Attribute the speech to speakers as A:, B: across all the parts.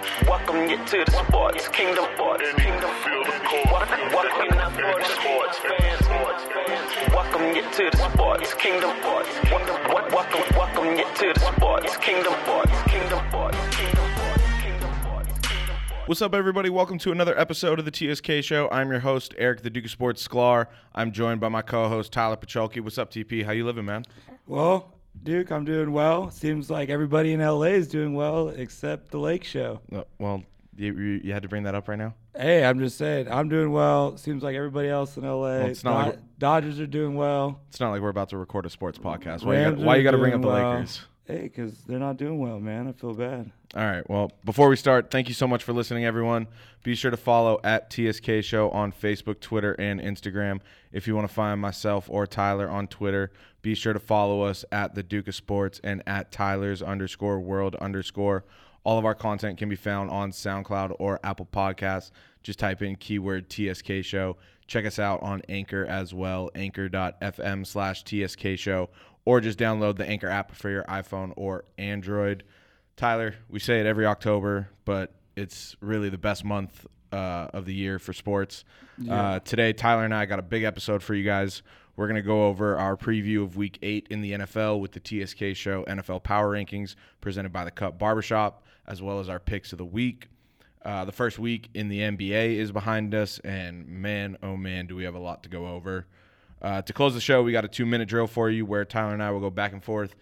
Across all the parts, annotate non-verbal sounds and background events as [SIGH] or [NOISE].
A: them get to the sports. Kingdom sports. Kingdom feel the court. Welcome in the sports fans. Welcome get to the sports. Kingdom sports. Welcome, welcome, welcome get to the sports. Kingdom sports. Kingdom sports. Kingdom sports. Kingdom sports. Kingdom sports.
B: What's up, everybody? Welcome to another episode of the TSK Show. I'm your host, Eric, the Duke of Sports Sklar. I'm joined by my co-host, Tyler Pacholke. What's up, TP? How you living, man?
C: Well, Duke, I'm doing well. Seems like everybody in LA is doing well except the Lake Show.
B: Uh, Well, you, you, you had to bring that up right now.
C: Hey, I'm just saying, I'm doing well. Seems like everybody else in LA.
B: it's not
C: Do-
B: like-
C: Dodgers are doing well.
B: It's not like we're about to record a sports podcast. Why you
C: Rams
B: got, why
C: are
B: you got to bring up
C: doing
B: the
C: well.
B: Lakers?
C: Hey, because they're not doing well, man. I feel bad.
B: All right. Well, before we start, thank you so much for listening, everyone. Be sure to follow at TSK Show on Facebook, Twitter, and Instagram. If you want to find myself or Tyler on Twitter, be sure to follow us at the Duke of Sports and at Tyler's underscore world underscore. All of our content can be found on SoundCloud or Apple Podcasts. Just type in keyword TSK Show. Check us out on Anchor as well, anchor.fm slash TSK Show, or just download the Anchor app for your iPhone or Android. Tyler, we say it every October, but it's really the best month uh, of the year for sports. Uh, today, Tyler and I got a big episode for you guys. We're going to go over our preview of week eight in the NFL with the TSK show NFL Power Rankings presented by the Cup Barbershop, as well as our picks of the week. Uh, the first week in the NBA is behind us, and man, oh man, do we have a lot to go over. Uh, to close the show, we got a two minute drill for you where Tyler and I will go back and forth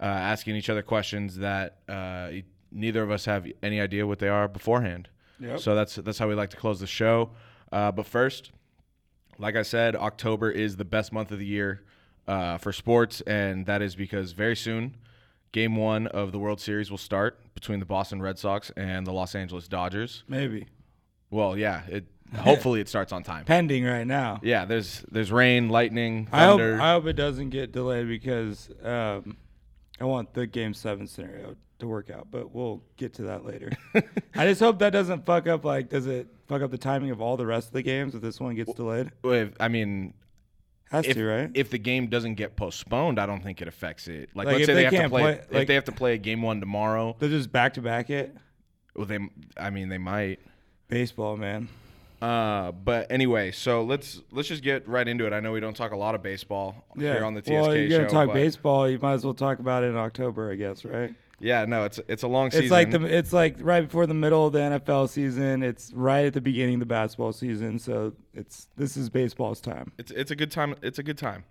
B: uh, asking each other questions that uh, e- neither of us have any idea what they are beforehand.
C: Yep.
B: So that's that's how we like to close the show. Uh, but first, like I said, October is the best month of the year uh, for sports, and that is because very soon, Game One of the World Series will start between the Boston Red Sox and the Los Angeles Dodgers.
C: Maybe.
B: Well, yeah,
C: [LAUGHS]
B: it hopefully it starts on time.
C: Pending right now.
B: Yeah, there's there's rain, lightning,
C: I hope,
B: thunder.
C: I hope it doesn't get delayed because um, I want the game seven scenario to work out, but we'll get to
B: [LAUGHS]
C: that later. I just hope that doesn't fuck up. Like, does it fuck up the timing of all the rest of the games if this one gets delayed?
B: If- I mean,
C: Has
B: if,
C: to, right?
B: if the game doesn't get postponed, I don't think it affects it. Like,
C: Like,
B: let's
C: if
B: say
C: they
B: they, have to
C: can't
B: play,
C: play-
B: if
C: like-
B: they have to play game one tomorrow,
C: They'll just back to back it.
B: well, they, I mean, they might.
C: Baseball, man.
B: Uh, but anyway, so let's let's just get right into it. I know we don't talk a lot of baseball here on the TSK
C: well, you're
B: show.
C: gonna talk
B: but-
C: baseball. You might as well talk about it in October, I guess, right?
B: Yeah, no, it's it's a long season.
C: It's like the it's like right before the middle of the NFL season. It's right at the beginning of the basketball season. So it's this is baseball's time.
B: It's it's a good time. It's a good time.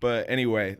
B: But anyway,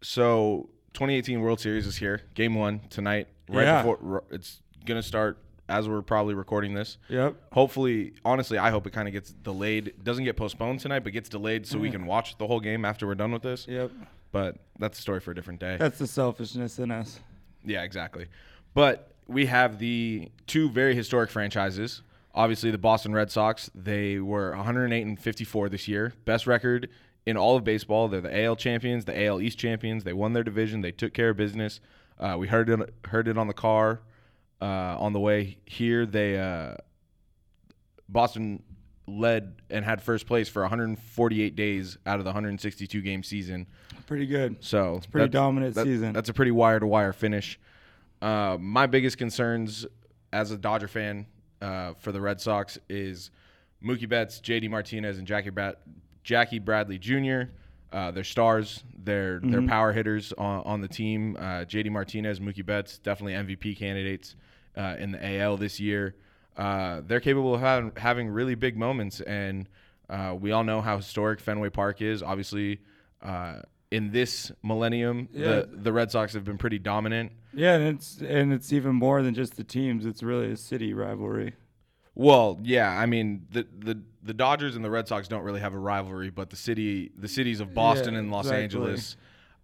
B: so 2018 World Series is here. Game one tonight. Right
C: Yeah.
B: before it's gonna start as we're probably recording this.
C: Yep.
B: Hopefully, honestly, I hope it kind of gets delayed. Doesn't get postponed tonight, but gets delayed so we can watch the whole game after we're done with this.
C: Yep.
B: But that's a story for a different day.
C: That's the selfishness in us.
B: Yeah, exactly. But we have the two very historic franchises. Obviously, the Boston Red Sox, they were 108 and 54 this year. Best record in all of baseball. They're the AL champions, the AL East champions. They won their division. They took care of business. Uh, we heard it, heard it on the car uh, on the way here. They uh, Boston led and had first place for 148 days out of the 162 game season.
C: Pretty good.
B: So it's
C: pretty dominant season.
B: That's a pretty wire to wire finish. Uh, my biggest concerns as a Dodger fan uh, for the Red Sox is Mookie Betts, J.D. Martinez, and Jackie Brad- Jackie Bradley Jr. Uh, they're stars. They're they're power hitters on, on the team. Uh, J.D. Martinez, Mookie Betts, definitely MVP candidates uh, in the AL this year. Uh, they're capable of having, having really big moments, and uh, we all know how historic Fenway Park is. Obviously, uh, in this millennium, the the Red Sox have been pretty dominant.
C: Yeah, and it's and it's even more than just the teams. It's really a city rivalry.
B: Well, yeah, I mean the the the Dodgers and the Red Sox don't really have a rivalry, but the city the cities of Boston
C: Yeah,
B: and Los
C: exactly.
B: Angeles.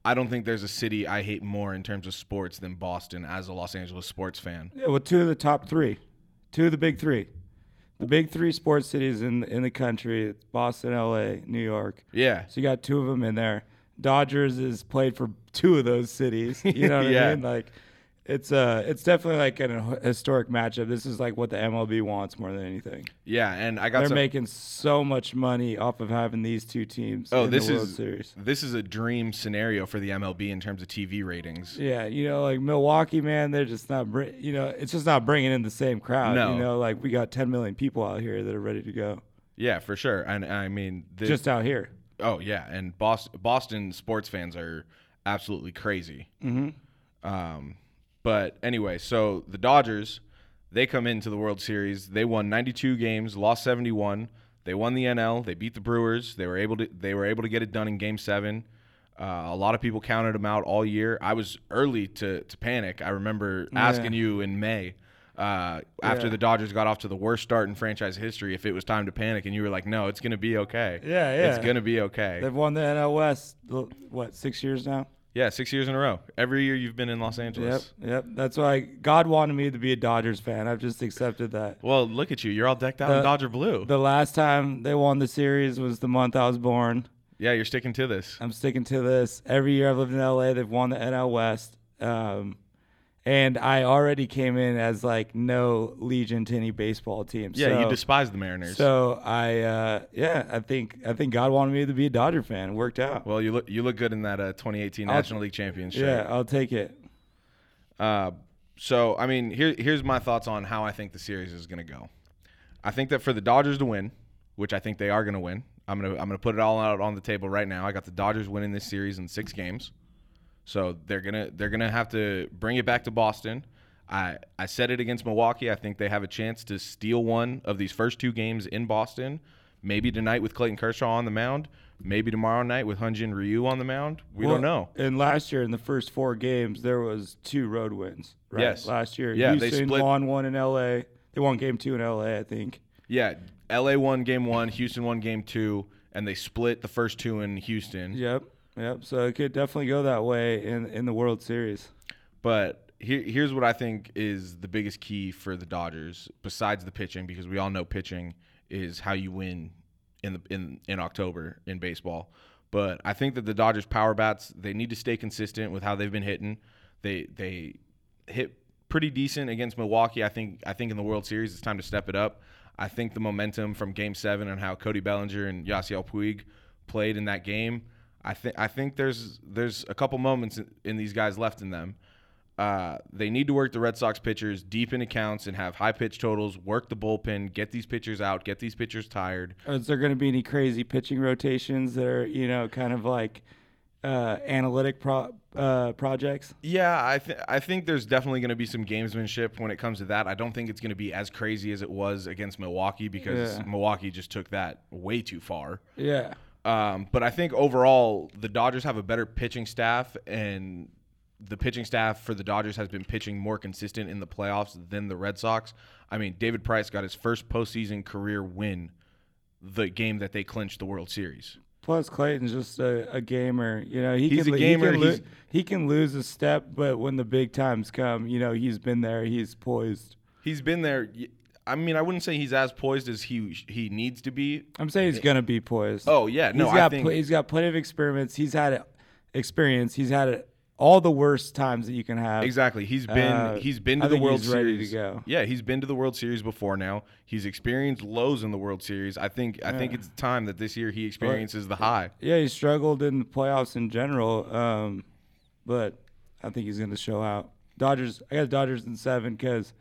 B: I don't think there's a city I hate more in terms of sports than Boston as a Los Angeles sports fan.
C: Yeah, well, two of the top three, two of the big three, the big three sports cities in in the country: it's Boston, L.A., New York.
B: Yeah.
C: So you got two
B: [LAUGHS]
C: of them in there. Dodgers is played for two of those cities. You know what
B: Yeah.
C: I mean? Like, it's uh it's definitely like an h- historic matchup. This is like what the MLB wants more than anything.
B: Yeah, and I got
C: They're
B: some.
C: making so much money off of having these two teams.
B: oh,
C: in
B: this
C: the World
B: is
C: Series.
B: this is a dream scenario for the MLB in terms of TV ratings.
C: Yeah, you know, like Milwaukee, man, they're just not, br- you know, it's just not bringing in the same crowd.
B: No.
C: You know, like we got 10 million people out here that are ready to go,
B: Yeah, for sure. And I mean, this,
C: just out here.
B: oh yeah, and Boston, Boston sports fans are absolutely crazy. Mm-hmm. Um, but anyway, so the Dodgers, they come into the World Series. They won 92 games, lost 71. They won the NL. They beat the Brewers. They were able to. They were able to get it done in Game Seven. Uh, a lot of people counted them out all year. I was early to to panic. I remember asking you in May. Uh, after
C: Yeah.
B: the Dodgers got off to the worst start in franchise history, if it was time to panic, and you were like, "No, it's gonna be okay.
C: Yeah,
B: it's
C: yeah.
B: gonna be okay."
C: They've won the NL West, l- what, six years now?
B: Yeah, six years in a row. Every year you've been in Los
C: Yep,
B: Angeles.
C: yep. That's why God wanted me to be a Dodgers fan. I've just accepted that.
B: Well, look at you. You're all decked out
C: The-
B: in Dodger blue.
C: Uh, The last time they won the series was the month I was born.
B: yeah, you're sticking to this.
C: I'm sticking to this. Every year I've lived in LA, they've won the NL West. Um, and I already came in as like no legion to any baseball team.
B: Yeah,
C: so,
B: you despise the Mariners.
C: So I, uh, yeah, I think I think God wanted me to be a Dodger fan. Worked out.
B: well, you look you look good in that uh, 2018 National League Championship.
C: yeah, I'll take it.
B: Uh, so I mean, here here's my thoughts on how I think the series is going to go. I think that for the Dodgers to win, which I think they are going to win, I'm gonna I'm gonna put it all out on the table right now. I got the Dodgers winning this series in six games, so they're gonna they're gonna have to bring it back to Boston. I I said it against Milwaukee. I think they have a chance to steal one of these first two games in Boston. Maybe tonight with Clayton Kershaw on the mound. Maybe tomorrow night with Hunjin Ryu on the mound. We
C: Well,
B: don't know.
C: And last year in the first four games, there was two road wins. Right?
B: Yes.
C: Last year,
B: Yeah, they
C: Houston
B: split-
C: won one in LA. They won game two in LA, I think.
B: Yeah, LA won game one, Houston won game two, and they split the first two in Houston.
C: Yep. Yep. So it could definitely go that way in in the World Series.
B: But here, here's what I think is the biggest key for the Dodgers, besides the pitching, because we all know pitching is how you win in the in in October in baseball. But I think that the Dodgers power bats they need to stay consistent with how they've been hitting. They they hit pretty decent against Milwaukee. I think I think in the World Series it's time to step it up. I think the momentum from Game Seven and how Cody Bellinger and Yasiel Puig played in that game. I think I think there's there's a couple moments in, in these guys left in them. Uh, they need to work the Red Sox pitchers deep into counts and have high pitch totals. Work the bullpen, get these pitchers out, get these pitchers tired.
C: Is there going to be any crazy pitching rotations that are you know kind of like uh, analytic pro- uh, projects?
B: Yeah, I th- I think there's definitely going to be some gamesmanship when it comes to that. I don't think it's going to be as crazy as it was against Milwaukee because
C: Yeah.
B: Milwaukee just took that way too far.
C: Yeah.
B: Um, but I think overall, the Dodgers have a better pitching staff, and the pitching staff for the Dodgers has been pitching more consistent in the playoffs than the Red Sox. I mean, David Price got his first postseason career win the game that they clinched the World Series.
C: Plus, Clayton's just a, a gamer. You know, he
B: He's
C: can,
B: a
C: lo-
B: gamer,
C: He can, lo-
B: he's-
C: he can lose a step, but when the big times come, you know, he's been there. He's poised.
B: He's been there. y- I mean, I wouldn't say he's as poised as he he needs to be.
C: I'm saying he's gonna be poised.
B: Oh, yeah, no,
C: he's
B: I
C: got
B: think-
C: pl- he's got plenty of experiments. He's had it- experience. He's had it, all the worst times that you can have.
B: Exactly. He's been
C: Uh,
B: he's been
C: I
B: to the
C: think
B: World
C: he's
B: Series.
C: ready to go.
B: Yeah, he's been to the World Series before now. He's experienced lows in the World Series. I think I think it's time that this year he experiences the high.
C: Yeah, he struggled in the playoffs in general, um, but I think he's gonna show out. Dodgers. I got Dodgers in seven because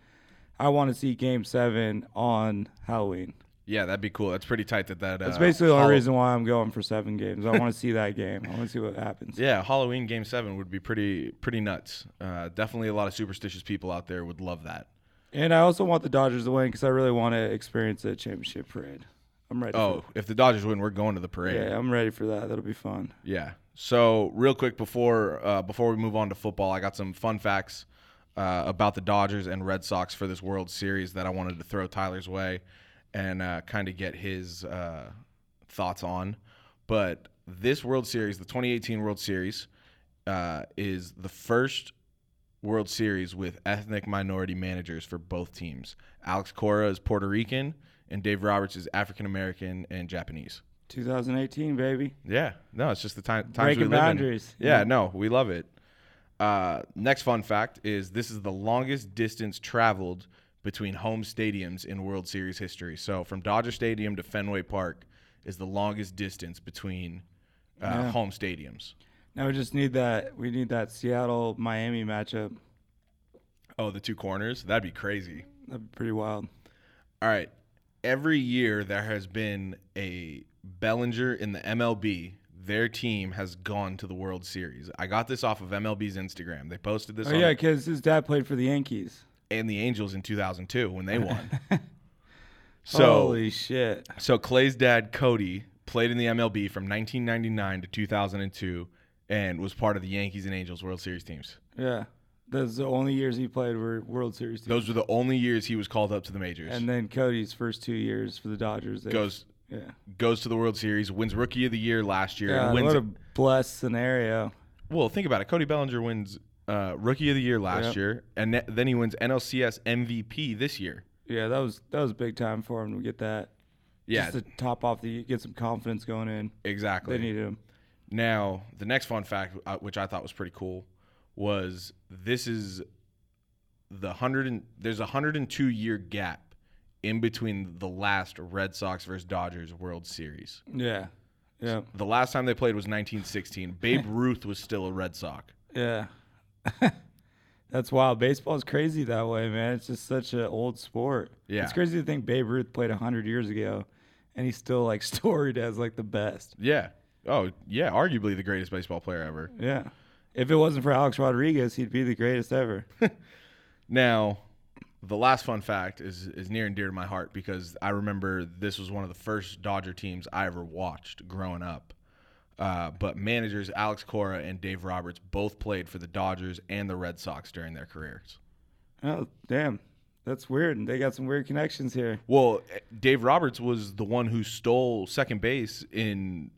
C: I want to see Game Seven on Halloween.
B: Yeah, that'd be cool. That's pretty tight that that
C: That's
B: uh,
C: basically the only
B: Hall-
C: reason why I'm going for seven games. I want to see that game. I want to see what happens.
B: Yeah, Halloween game 7 would be pretty pretty nuts. Uh, definitely a lot of superstitious people out there would love that.
C: And I also want the Dodgers to win because I really want to experience a championship parade. I'm ready.
B: Oh, if the Dodgers win, we're going to the
C: for
B: parade.
C: Yeah, I'm ready for that. That'll be fun.
B: Yeah. So real quick before uh, before we move on to football, I got some fun facts uh, about the Dodgers and Red Sox for this World Series that I wanted to throw Tyler's way and uh, kind of get his uh, thoughts on. But this World Series, the 2018 World Series, uh, is the first World Series with ethnic minority managers for both teams. Alex Cora is Puerto Rican, and Dave Roberts is African American and Japanese.
C: 2018, baby.
B: Yeah, no, it's just the time times
C: Breaking
B: we live in.
C: boundaries.
B: Yeah, no, we love it. Uh, next fun fact is this is the longest distance traveled between home stadiums in World Series history. So from Dodger Stadium to Fenway Park is the longest distance between uh, home stadiums.
C: Now we just need that. We need that Seattle Miami matchup.
B: Oh, the two corners? That'd be crazy.
C: That'd be pretty wild.
B: All right. Every year there has been a Bellinger in the MLB. Their team has gone to the World Series. I got this off of MLB's Instagram. They posted this
C: Oh
B: on
C: yeah, because his dad played for the Yankees.
B: and the Angels in 2002 when they
C: [LAUGHS]
B: won. so
C: Holy shit!
B: so Clay's dad Cody played in the MLB from 1999 to 2002 and was part of the Yankees and Angels World Series teams.
C: Yeah, that's the only years he played were World Series. Teams.
B: Those were the only years he was called up to the majors.
C: And then Cody's first two years for the Dodgers. They,
B: goes
C: Yeah.
B: goes to the World Series, wins Rookie of the Year last year,
C: Yeah,
B: and wins
C: what a blessed scenario.
B: Well, think about it. Cody Bellinger wins uh, Rookie of the Year last
C: Yep.
B: year, and ne- then he wins NLCS MVP this year.
C: Yeah, that was that was big time for him to get that.
B: Yeah,
C: Just to top off the get some confidence going in.
B: exactly.
C: They needed him.
B: now, the next fun fact, uh, which I thought was pretty cool, was this is the hundred and there's a hundred and two year gap in between the last Red Sox versus Dodgers World Series.
C: Yeah. Yeah.
B: The last time they played was 1916. Babe Ruth was still a Red Sox.
C: Yeah. [LAUGHS] That's wild. Baseball's crazy that way, man. It's just such an old sport.
B: Yeah.
C: It's crazy to think Babe Ruth played 100 years ago and he's still like [LAUGHS] storied as like the best.
B: Yeah. Oh, yeah. Arguably the greatest baseball player ever.
C: Yeah. If it wasn't for Alex Rodriguez, he'd be the greatest ever. [LAUGHS]
B: Now, the last fun fact is is near and dear to my heart because I remember this was one of the first Dodger teams I ever watched growing up. Uh, but managers Alex Cora and Dave Roberts both played for the Dodgers and the Red Sox during their careers.
C: oh, damn. That's weird. And they got some weird connections here.
B: Well, eh, Dave Roberts was the one who stole second base in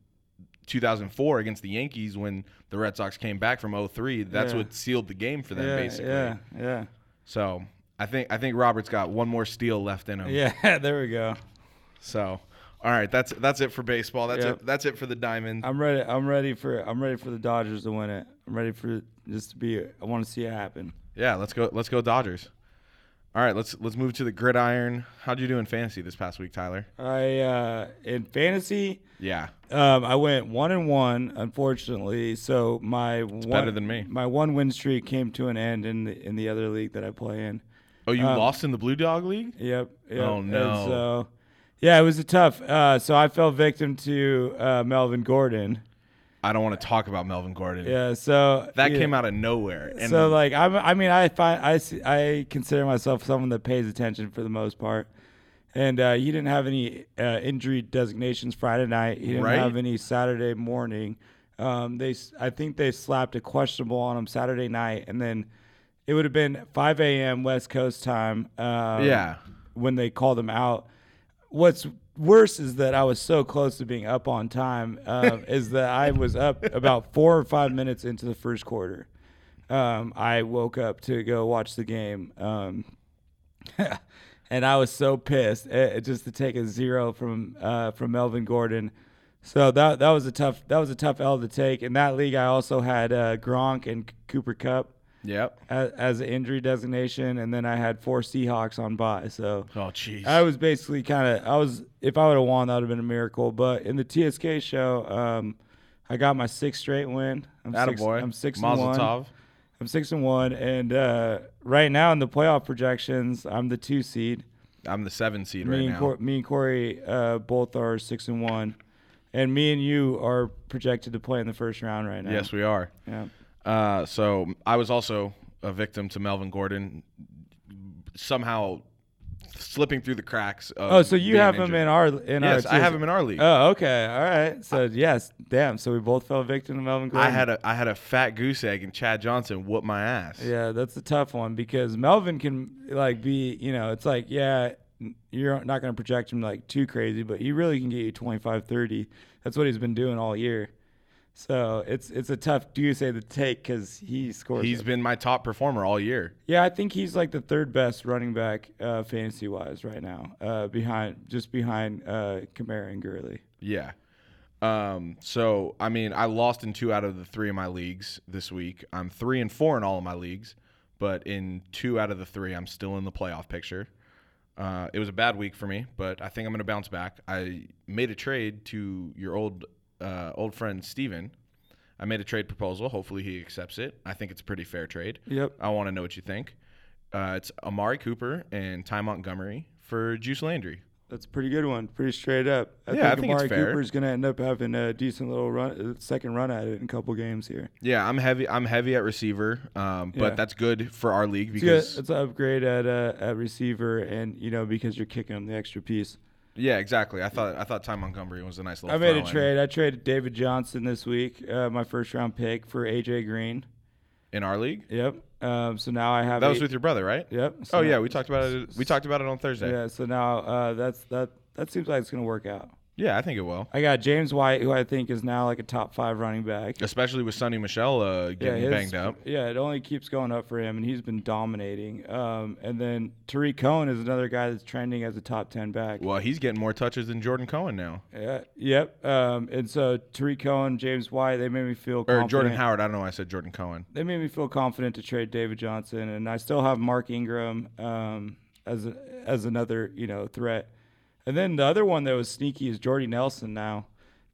B: 2004 against the Yankees when the Red Sox came back from 03. That's
C: Yeah.
B: what sealed the game for them,
C: yeah,
B: basically.
C: yeah. Yeah. [LAUGHS]
B: So I think I think Roberts got one more steal left in him.
C: Yeah. There we go.
B: So, all right, that's that's it for baseball. That's
C: Yep.
B: it. That's it for the diamond.
C: I'm ready. I'm ready for. I'm ready for the Dodgers to win it. I'm ready for this to be. I want to see it happen.
B: yeah, let's go. Let's go Dodgers. All right, let's let's move to the gridiron. How'd you do in fantasy this past week, Tyler?
C: I uh, in fantasy,
B: Yeah,
C: um, I went one and one. Unfortunately, so my one,
B: better than me.
C: My one win streak came to an end in the, in the other league that I play in.
B: Oh,
C: Um,
B: you lost in the Blue Dog League?
C: Yep. yep.
B: Oh,
C: And
B: no.
C: so, yeah, it was a tough. Uh, so I fell victim to uh, Melvin Gordon.
B: I don't want to talk about Melvin Gordon.
C: Yeah. So
B: That
C: yeah.
B: came out of nowhere. And
C: so like I'm, I mean I find I s- I consider myself someone that pays attention for the most part, and uh, he didn't have any uh, injury designations Friday night. He didn't
B: Right.
C: have any Saturday morning. Um, they s- I think they slapped a questionable on him Saturday night, and then it would have been 5 a.m. West Coast time. Um,
B: yeah,
C: when they called him out. What's worse is that I was so close to being up on time. Um, is that I was up about four or five minutes into the first quarter. Um, I woke up to go watch the game, um, [LAUGHS] and I was so pissed eh, eh, just to take a zero from uh, from Melvin Gordon. So that that was a tough that was a tough L to take. In that league, I also had uh, Gronk and Cooper Cup
B: yep.
C: as, as an injury designation, and then I had four Seahawks on bye. So
B: Oh, jeez.
C: I was basically kind of I was if I would have won that would have been a miracle. But in the TSK show, um, I got my sixth straight win. I'm six,
B: Attaboy.
C: I'm six
B: Mazel
C: and one.
B: tov.
C: I'm six and one, and uh, right now in the playoff projections, I'm the two seed.
B: I'm the seven seed
C: Me
B: right
C: and
B: now.
C: Cor- me and Corey uh, both are six and one, and me and you are projected to play in the first round right now.
B: yes, we are.
C: Yeah.
B: Uh, so I was also a victim to Melvin Gordon somehow slipping through the cracks. Of
C: Oh, so you
B: being
C: have him
B: injured.
C: in our in
B: Yes,
C: our.
B: I
C: TSK.
B: have him in our league.
C: Oh, okay. All right. So yes, damn. So we both fell victim to Melvin Gordon.
B: I had a I had a fat goose egg and Chad Johnson whooped my ass.
C: Yeah, that's a tough one because Melvin can like be, you know, it's like, yeah, you're not going to project him like too crazy, but he really can get you 25, 30. That's what he's been doing all year. So it's it's a tough do you say the take because he scores.
B: He's
C: it.
B: been my top performer all year.
C: yeah, I think he's like the third best running back uh, fantasy wise right now, uh, behind just behind uh, Kamara and Gurley.
B: Yeah. Um, so I mean, I lost in two out of the three of my leagues this week. I'm three and four in all of my leagues, but in two out of the three, I'm still in the playoff picture. Uh, it was a bad week for me, but I think I'm going to bounce back. I made a trade to your old uh, old friend Steven. I made a trade proposal. Hopefully, he accepts it. I think it's a pretty fair trade.
C: Yep.
B: I want to know what you think. Uh, it's Amari Cooper and Ty Montgomery for Juice Landry.
C: That's a pretty good one. Pretty straight up. I
B: Yeah, I
C: think
B: think it's
C: Amari
B: fair.
C: Cooper's going to end up having a decent little run, uh, second run at it in a couple games here.
B: Yeah, I'm heavy. I'm heavy at receiver, um, but
C: Yeah.
B: that's good for our league
C: It's, good.
B: because
C: It's an upgrade at uh, at receiver, and you know because you're kicking him the extra piece.
B: yeah, exactly. I thought I thought Ty Montgomery was a nice little.
C: I made a
B: throw-in
C: trade. I traded David Johnson this week, uh, my first round pick for AJ Green.
B: in our league.
C: Yep. Um, so now I have
B: That was
C: eight-
B: with your brother, right?
C: Yep.
B: Oh
C: so
B: yeah,
C: now-
B: we talked about it. We talked about it on Thursday. Yeah,
C: Yeah. So now uh, that's that. That seems like it's going to work out.
B: I think it will,
C: I got James White, who I think is now like a top five running back.
B: especially with Sonny Michelle uh, getting
C: his-
B: banged up.
C: Yeah, it only keeps going up for him, and he's been dominating. Um, and then Tariq Cohen is another guy that's trending as a top ten back.
B: Well, he's getting more touches than Jordan Cohen now,
C: Yeah, yep. Um, and so Tariq Cohen, James White, they made me feel
B: or
C: confident.
B: Jordan Howard. I don't know. why I said Jordan Cohen.
C: They made me feel confident to trade David Johnson, and I still have Mark Ingram um, as a, as another you know threat. And then the other one that was sneaky is Jordy Nelson. Now,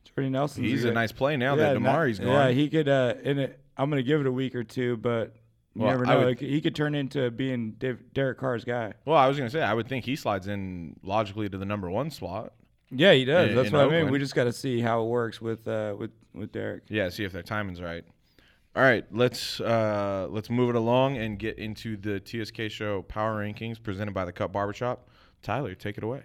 C: Jordy Nelson.
B: He's a nice play now that
C: no-
B: Damari's gone.
C: Yeah, he could. Uh, and it, I'm going to give it a week or two, but you
B: Well,
C: never
B: I
C: know.
B: would-
C: Like, he could turn into being Dav- Derek Carr's guy.
B: well, I was gonna say I would think he slides in logically to the number one slot.
C: Yeah, he does.
B: In-
C: That's
B: in
C: what I mean.
B: Oakland.
C: We just got to see how it works with uh, with with Derek.
B: Yeah, see if their timing's right. All right, let's uh, let's move it along and get into the TSK show power rankings presented by the Cup Barbershop. Tyler, take it away.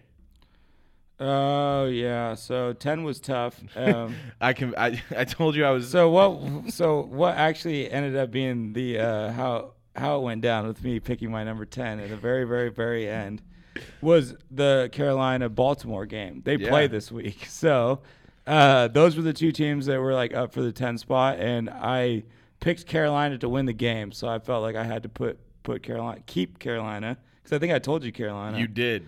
C: Oh yeah. So ten
B: [LAUGHS]
C: was tough. Um,
B: I can I, [LAUGHS] I told you I was
C: So what? So what actually ended up being the uh, how how it went down with me picking my number ten at the very very very end was the Carolina Baltimore game. They
B: Yeah.
C: play this week, [LAUGHS] so uh, those were the two teams that were like up for the ten spot, and I picked Carolina to win the game. So I felt like I had to put put Carolina keep Carolina because I think I told you Carolina.
B: you did.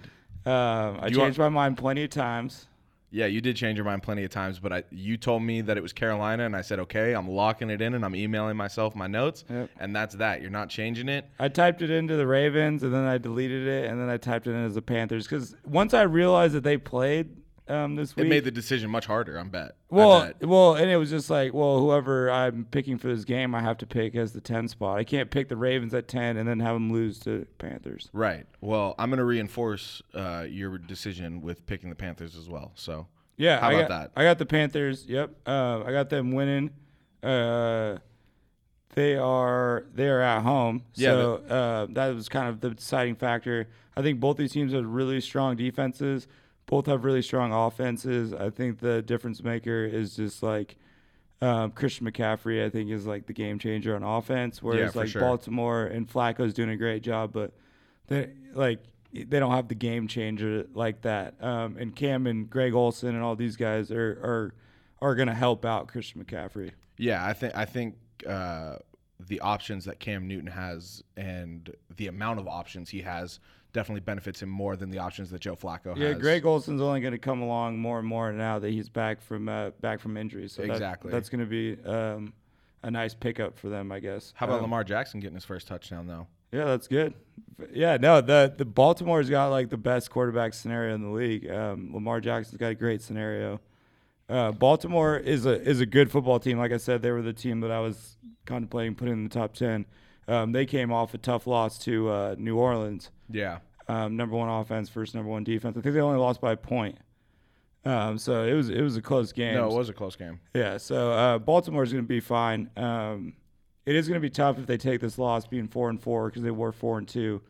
C: um, I
B: you want-
C: changed my mind plenty of times.
B: Yeah, you did change your mind plenty of times, but I you told me that it was Carolina and I said, "Okay, I'm locking it in and I'm emailing myself my notes."
C: Yep.
B: And that's that. You're not changing it.
C: I typed it into the Ravens and then I deleted it and then I typed it in as the Panthers because once I realized that they played um, this
B: It
C: week,
B: made the decision much harder, I'm bet. I
C: well,
B: bet.
C: well, and it was just like, well, whoever I'm picking for this game, I have to pick as the ten spot. I can't pick the Ravens at ten and then have them lose to Panthers.
B: right. Well, I'm going to reinforce uh, your decision with picking the Panthers as well. So,
C: Yeah,
B: How
C: I
B: about
C: got-
B: that?
C: I got the Panthers. Yep, uh, I got them winning. Uh, they are they are at home,
B: Yeah,
C: so uh, that was kind of the deciding factor. I think both these teams have really strong defenses. Both have really strong offenses. I think the difference maker is just like um, Christian McCaffrey. I think is like the game changer on offense. Whereas
B: for
C: like
B: sure.
C: Baltimore and Flacco's doing a great job, but they like they don't have the game changer like that. Um, and Cam and Greg Olson and all these guys are are are gonna help out Christian McCaffrey.
B: Yeah, I think I think uh, the options that Cam Newton has and the amount of options he has definitely benefits him more than the options that Joe Flacco
C: Yeah,
B: has.
C: Greg Olson's only going to come along more and more now that he's back from uh, back from injury. So that-
B: Exactly.
C: that's going to be um, a nice pickup for them, I guess.
B: How about
C: Um,
B: Lamar Jackson getting his first touchdown though?
C: Yeah, that's good. F- Yeah, no, the the Baltimore's got like the best quarterback scenario in the league. Um, Lamar Jackson's got a great scenario. Uh, Baltimore is a is a good football team. Like I said, they were the team that I was contemplating putting in the top ten. Um, they came off a tough loss to uh, New Orleans.
B: Yeah.
C: um, number one offense versus number one defense. I think they only lost by a point. Um, so it was it was a close game.
B: No, it was a close game.
C: yeah. So uh, Baltimore's going to be fine. Um, it is going to be tough if they take this loss, being four and four, because they were four and two,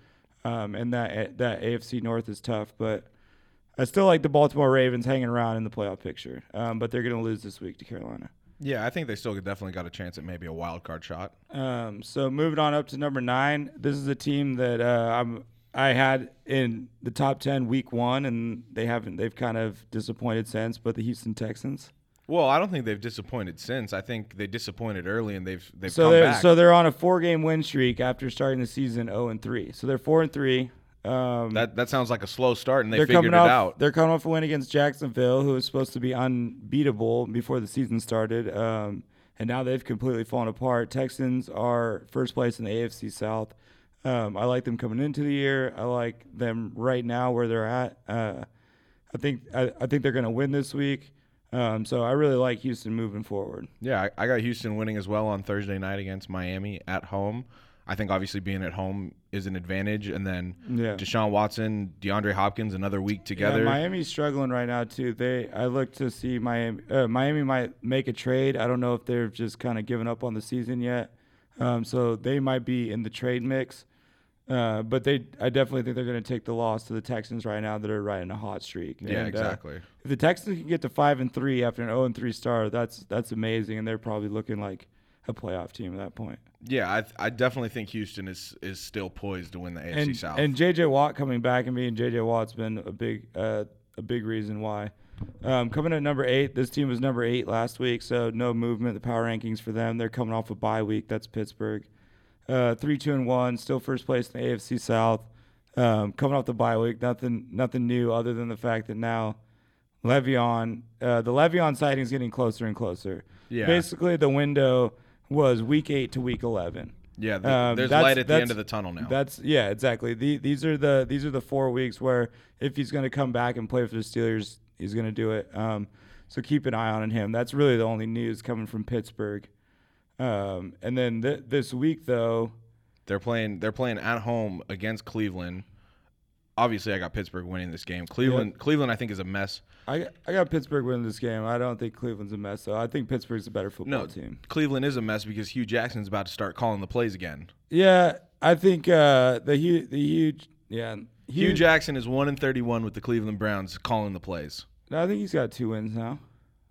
C: um, and that that AFC North is tough. But I still like the Baltimore Ravens hanging around in the playoff picture. Um, but they're going to lose this week to Carolina.
B: Yeah, I think they still definitely got a chance at maybe a wild card shot.
C: Um, so moving on up to number nine, this is a team that uh, I'm I had in the top ten week one, and they haven't. They've kind of disappointed since. But the Houston Texans.
B: Well, I don't think they've disappointed since. I think they disappointed early and they've they've
C: So
B: come
C: they're
B: back.
C: oh so they're on a four game win streak after starting the season zero and three. So they're four and three. Um,
B: That that sounds like a slow start, and they
C: they're
B: figured
C: coming
B: it
C: off.
B: out.
C: They're coming off a win against Jacksonville, who was supposed to be unbeatable before the season started, um, and now they've completely fallen apart. Texans are first place in the AFC South. Um, I like them coming into the year. I like them right now where they're at. Uh, I think I, I think they're going to win this week. Um, so I really like Houston moving forward.
B: Yeah, I, I got Houston winning as well on Thursday night against Miami at home. I think obviously being at home is an advantage, and then
C: Yeah.
B: Deshaun Watson, DeAndre Hopkins, another week
C: Yeah,
B: together.
C: Miami's struggling right now too. They I look to see Miami. Uh, Miami might make a trade. I don't know if they're just kind of giving up on the season yet. Um, so they might be in the trade mix. Uh, but they, I definitely think they're going to take the loss to the Texans right now that are riding a hot streak.
B: Yeah,
C: And, uh,
B: exactly.
C: if the Texans can get to five and three after an zero and three start, that's that's amazing, and they're probably looking like a playoff team at that point.
B: yeah, I, I definitely think Houston is is still poised to win the AFC
C: and,
B: South.
C: and JJ Watt coming back and being JJ Watt's been a big uh, a big reason why. Um, coming at number eight, this team was number eight last week, so no movement. The power rankings for them. They're coming off a bye week. That's Pittsburgh. Uh, three, two, and one, still first place in the AFC South. Um, coming off the bye week, nothing nothing new other than the fact that now Le'Veon, uh, the Le'Veon sighting is getting closer and closer.
B: Yeah.
C: Basically, the window was week eight to week eleven.
B: yeah, th-
C: Um,
B: there's
C: that's-
B: light at the
C: that's-
B: end of the tunnel now.
C: That's yeah, exactly. The, these are the these are the four weeks where if he's going to come back and play for the Steelers, he's going to do it. Um, so keep an eye on him. That's really the only news coming from Pittsburgh. Um, and then th- this week though,
B: They're playing. They're playing at home against Cleveland. Obviously, I got Pittsburgh winning this game. Cleveland, Cleveland, I think is a mess.
C: I I got Pittsburgh winning this game. I don't think Cleveland's a mess though. I think Pittsburgh's a better football
B: No,
C: team.
B: Cleveland is a mess because Hugh Jackson's about to start calling the plays again.
C: Yeah, I think uh, the huge the huge yeah
B: Hugh,
C: huge.
B: Jackson is one in thirty-one with the Cleveland Browns calling the plays.
C: I think he's got two wins now.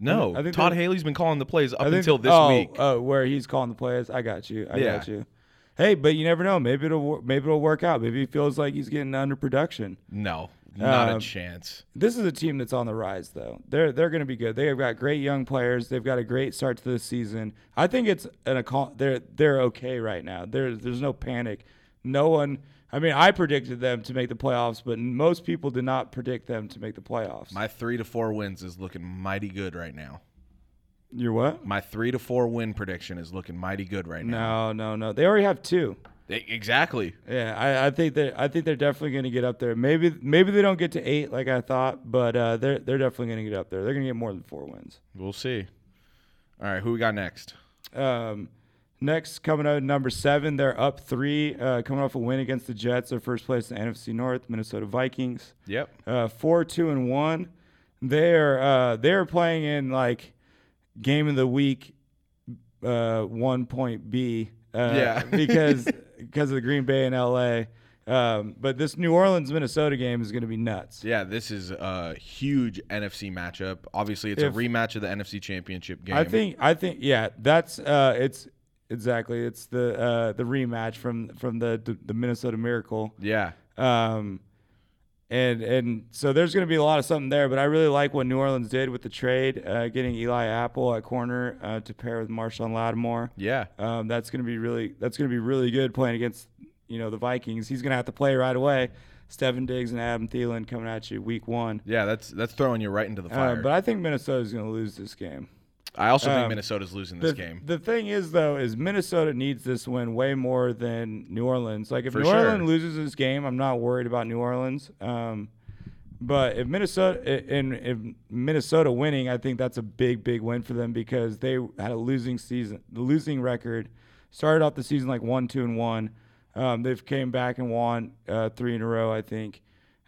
B: No,
C: I think
B: Todd
C: that-
B: Haley's been calling the plays up
C: I think-
B: until this
C: oh,
B: week.
C: Oh, where he's calling the plays. I got you. I
B: Yeah.
C: got you. Hey, but you never know. Maybe it'll wor- maybe it'll work out. Maybe he feels like he's getting under production.
B: no, not a
C: Um,
B: chance.
C: This is a team that's on the rise, though. They're they're going to be good. They have got great young players. They've got a great start to the season. I think it's an account. They're they're okay right now. There there's no panic. No one. I mean, I predicted them to make the playoffs, but most people did not predict them to make the playoffs.
B: My three to four wins is looking mighty good right now.
C: You're what?
B: My three to four win prediction is looking mighty good right now.
C: No, no, no. They already have two.
B: E- Exactly.
C: Yeah, I, I think that I think they're definitely going to get up there. Maybe maybe they don't get to eight like I thought, but uh, they're they're definitely going to get up there. They're going to get more than four wins.
B: We'll see. All right, who we got next?
C: Um, next coming out at number seven, they're up three, uh, coming off a win against the Jets. They're first place in the NFC North, Minnesota Vikings.
B: Yep.
C: Uh, four, two, and one. They're uh, they're playing in like game of the week, uh, one point B. Uh,
B: Yeah.
C: [LAUGHS] because because of the Green Bay and L.A. Um, but this New Orleans Minnesota game is going to be nuts.
B: Yeah, this is a huge NFC matchup. Obviously, it's
C: If-
B: a rematch of the NFC Championship game.
C: I think I think yeah, that's uh, it's exactly it's the uh, the rematch from from the the, the Minnesota Miracle.
B: Yeah,
C: Um, and and so there's going to be a lot of something there, but I really like what New Orleans did with the trade, uh, getting Eli Apple at corner uh, to pair with Marshawn Lattimore.
B: yeah,
C: Um, that's going to be really that's going to be really good playing against you know the Vikings. He's going to have to play right away. Stephen Diggs and Adam Thielen coming at you week one.
B: yeah. That's that's throwing you right into the
C: Uh,
B: fire.
C: but I think Minnesota's going to lose this game.
B: I also think
C: um,
B: Minnesota's losing this
C: the,
B: game.
C: The thing is, though, is Minnesota needs this win way more than New Orleans. Like if
B: For
C: New
B: sure.
C: Orleans loses this game, I'm not worried about New Orleans. Um, but if Minnesota i- and if Minnesota winning, I think that's a big, big win for them because they had a losing season, the losing record. Started off the season like one, two, and one. Um, they've came back and won uh, three in a row, I think.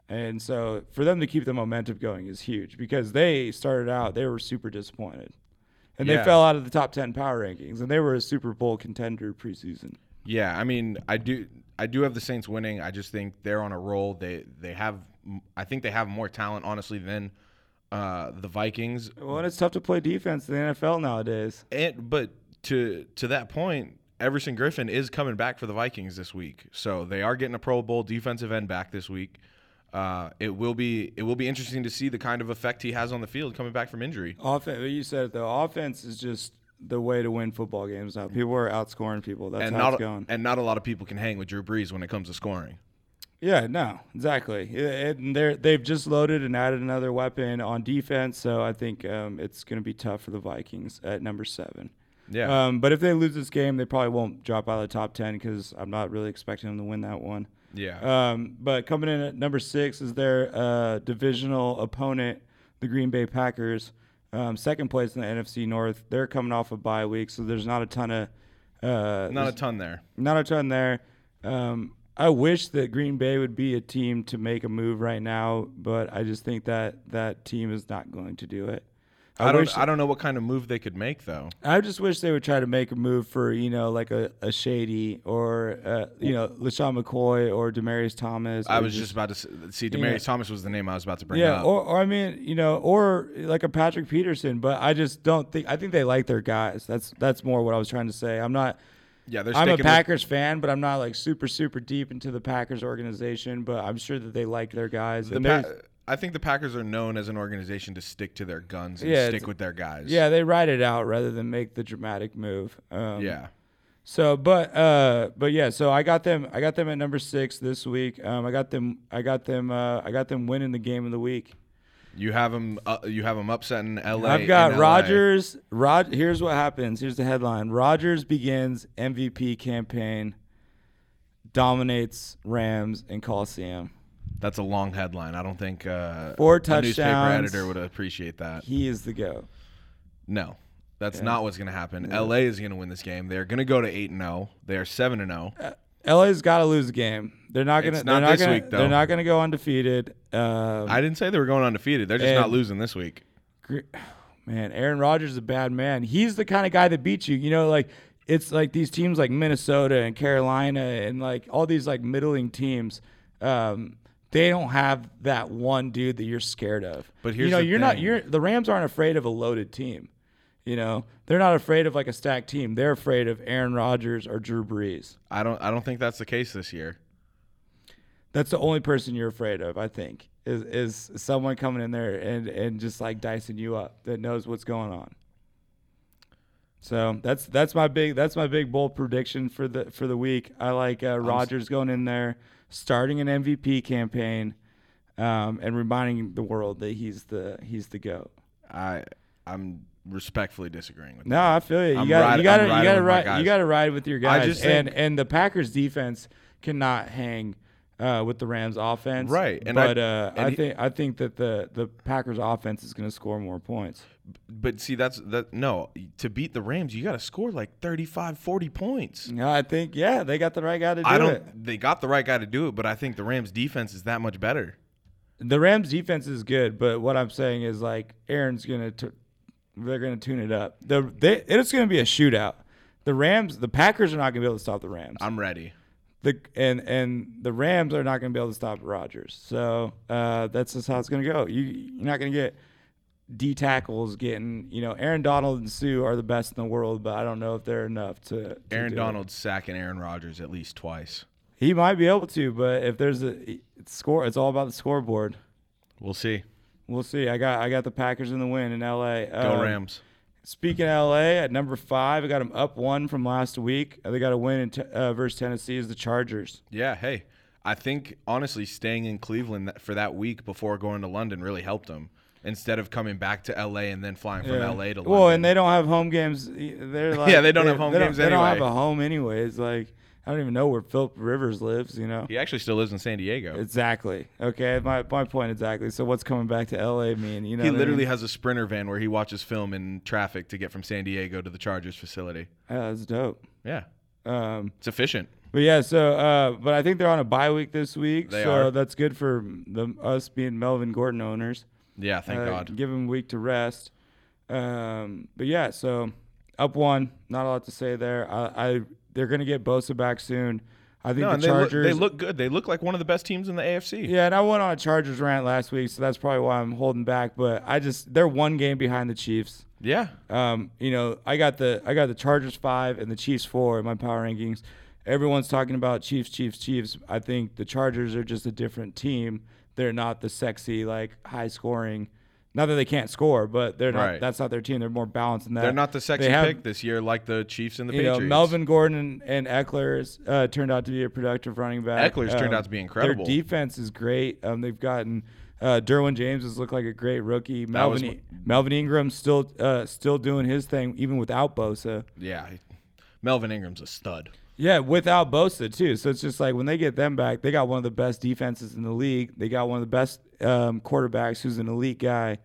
C: And so for them to keep the momentum going is huge because they started out they were super disappointed and
B: Yeah.
C: they fell out of the top 10 power rankings and they were a super bowl contender preseason
B: yeah, I mean, I do I do have the Saints winning. I just think they're on a roll. They they have I think they have more talent honestly than uh, the Vikings.
C: well and it's tough to play defense in the nfl nowadays
B: And but to to that point, Everson Griffin is coming back for the Vikings this week, so they are getting a Pro Bowl defensive end back this week. Uh, it will be it will be interesting to see the kind of effect he has on the field coming back from injury.
C: offense you said it though offense is just the way to win football games now people are outscoring people that's
B: And
C: how
B: not
C: it's going
B: and not a lot of people can hang with Drew Brees when it comes to scoring.
C: Yeah, no, exactly. Yeah, And they're they've just loaded and added another weapon on defense, so I think um, it's going to be tough for the Vikings at number seven.
B: Yeah.
C: Um, but if they lose this game, they probably won't drop out of the top ten because I'm not really expecting them to win that one.
B: Yeah.
C: Um, but coming in at number six is their uh, divisional opponent, the Green Bay Packers. Um, second place in the NFC North. They're coming off a bye week, so there's not a ton of uh,
B: Not a ton there.
C: not a ton there. Um, I wish that Green Bay would be a team to make a move right now, but I just think that that team is not going to do it.
B: I, don't.
C: wish,
B: I don't know what kind of move they could make though.
C: I just wish they would try to make a move for you know like a, a shady or uh, you know Lashawn McCoy or Demarius Thomas.
B: I
C: or
B: was just about to s- see. Demarius Thomas was the name I was about to bring
C: yeah,
B: up.
C: or, or I mean you know or like a Patrick Peterson, but I just don't think I think they like their guys. That's that's more what I was trying to say. I'm not.
B: yeah, they're
C: I'm
B: sticking
C: a
B: with-
C: Packers fan, but I'm not like super super deep into the Packers organization. But I'm sure that they like their guys.
B: the
C: and
B: Pa-
C: there's-
B: I think the Packers are known as an organization to stick to their guns and
C: Yeah, it's-
B: stick with their guys.
C: yeah, they ride it out rather than make the dramatic move. Um,
B: Yeah.
C: So, but uh, but yeah. So I got them. I got them at number six this week. Um, I got them. I got them. Uh, I got them winning the game of the week.
B: You have them. Uh, you have them upset in L.A.
C: I've got
B: in LA.
C: Rodgers. Rod. Here's what happens. Here's the headline. Rodgers begins MVP campaign. Dominates Rams and Coliseum.
B: That's a long headline. I don't think uh,
C: Four
B: a newspaper
C: touchdowns.
B: editor would appreciate that.
C: He is the go.
B: No, that's not what's going to happen. L.A. is going to win this game. They're going to go to eight and zero. They are seven and oh. zero.
C: LA's got to lose the game. They're not gonna.
B: It's
C: they're
B: not
C: not
B: this
C: gonna.
B: week, though.
C: They're not gonna go undefeated. Um,
B: I didn't say they were going undefeated. They're just
C: And-
B: not losing this week.
C: gr- [SIGHS] man, Aaron Rodgers is a bad man. He's the kind of guy that beats you. You know, like it's like these teams like Minnesota and Carolina and like all these like middling teams. Um, they don't have that one dude that you're scared of.
B: But
C: you
B: here's
C: know,
B: the
C: you're not.
B: thing.
C: You're the Rams aren't afraid of a loaded team. You know, they're not afraid of like a stacked team. They're afraid of Aaron Rodgers or Drew Brees.
B: I don't. I don't think that's the case this year.
C: That's the only person you're afraid of, I think, is is someone coming in there and and just like dicing you up that knows what's going on. So that's that's my big that's my big bold prediction for the for the week. I like uh, Rogers going in there, starting an MVP campaign, um, and reminding the world that he's the he's the goat.
B: I. I'm respectfully disagreeing with. that.
C: No, I feel you.
B: I'm
C: You got
B: rid-
C: you got to
B: I'm
C: you
B: riding
C: got to
B: with my
C: ride
B: guys.
C: you got to ride with your guys.
B: just
C: and
B: think-
C: and the Packers defense cannot hang uh, with the Rams offense.
B: Right, and I-
C: but uh,
B: and
C: I
B: he-
C: think I think that the the Packers offense is going to score more points.
B: But see, that's that. No, to beat the Rams, you got to score like 35, 40 points.
C: No, I think yeah, they got the right guy to do
B: I
C: it.
B: don't. They got the right guy to do it, but I think the Rams' defense is that much better.
C: The Rams defense is good, but what I'm saying is like Aaron's gonna t- they're gonna tune it up. The they, it's gonna be a shootout. The Rams, the Packers are not gonna be able to stop the Rams.
B: I'm ready.
C: the and and the Rams are not going to be able to stop Rodgers. So uh, that's just how it's going to go. You you're not going to get D tackles getting you know Aaron Donald and Sue are the best in the world, but I don't know if they're enough to. to
B: Aaron
C: do it.
B: Donald sacking Aaron Rodgers at least twice.
C: he might be able to, but if there's a it's score, it's all about the scoreboard.
B: We'll see.
C: We'll see. I got I got the Packers in the win in L.A.
B: Go
C: Um,
B: Rams.
C: Speaking of LA at number five, I got them up one from last week. They got a win in t- uh, versus Tennessee is the Chargers.
B: Yeah. Hey, I think honestly, staying in Cleveland that, for that week before going to London really helped him. Instead of coming back to LA and then flying from LA
C: Yeah.
B: to London.
C: Well, and they don't have home games. e-
B: [LAUGHS]
C: They're like,
B: Yeah, they don't have home games
C: They don't have
B: anyway.
C: a home anyways. Like I don't even know where Philip Rivers lives. You know.
B: he actually still lives in San Diego.
C: Exactly. Okay. My my point exactly. So what's coming back to LA mean? You know.
B: he
C: what I
B: literally
C: mean?
B: has a sprinter van where he watches film in traffic to get from San Diego to the Chargers facility.
C: Yeah, that's dope.
B: Yeah,
C: Um,
B: it's efficient.
C: but yeah, so uh, but I think they're on a bye week this week,
B: They
C: so
B: are.
C: that's good for the, us being Melvin Gordon owners.
B: Yeah, thank
C: uh,
B: God.
C: Give him a week to rest. Um, but yeah, so up one. Not a lot to say there. I, I they're gonna get Bosa back soon. I think
B: No,
C: the
B: and they look,
C: Chargers.
B: they look good. They look like one of the best teams in the AFC.
C: yeah, and I went on a Chargers rant last week, so that's probably why I'm holding back. But I just they're one game behind the Chiefs.
B: Yeah.
C: Um, you know, I got the I got the Chargers five and the Chiefs four in my power rankings. Everyone's talking about Chiefs, Chiefs, Chiefs. I think the Chargers are just a different team. They're not the sexy, like high scoring Not that they can't score, but they're not.
B: Right.
C: That's not their team. They're more balanced than that.
B: They're not the sexy
C: They have-
B: pick this year like the Chiefs and the
C: You
B: Patriots.
C: know, Melvin Gordon and Eckler's uh, turned out to be a productive running back.
B: Eckler's turned
C: Um,
B: out to be incredible.
C: Their defense is great. Um, they've gotten uh, Derwin James has looked like a great rookie.
B: was
C: Melvin, E, Melvin Ingram's still uh, still doing his thing even without Bosa.
B: Yeah. he- Melvin Ingram's a stud.
C: Yeah, without Bosa too. So it's just like when they get them back, they got one of the best defenses in the league. They got one of the best um, quarterbacks who's an elite guy,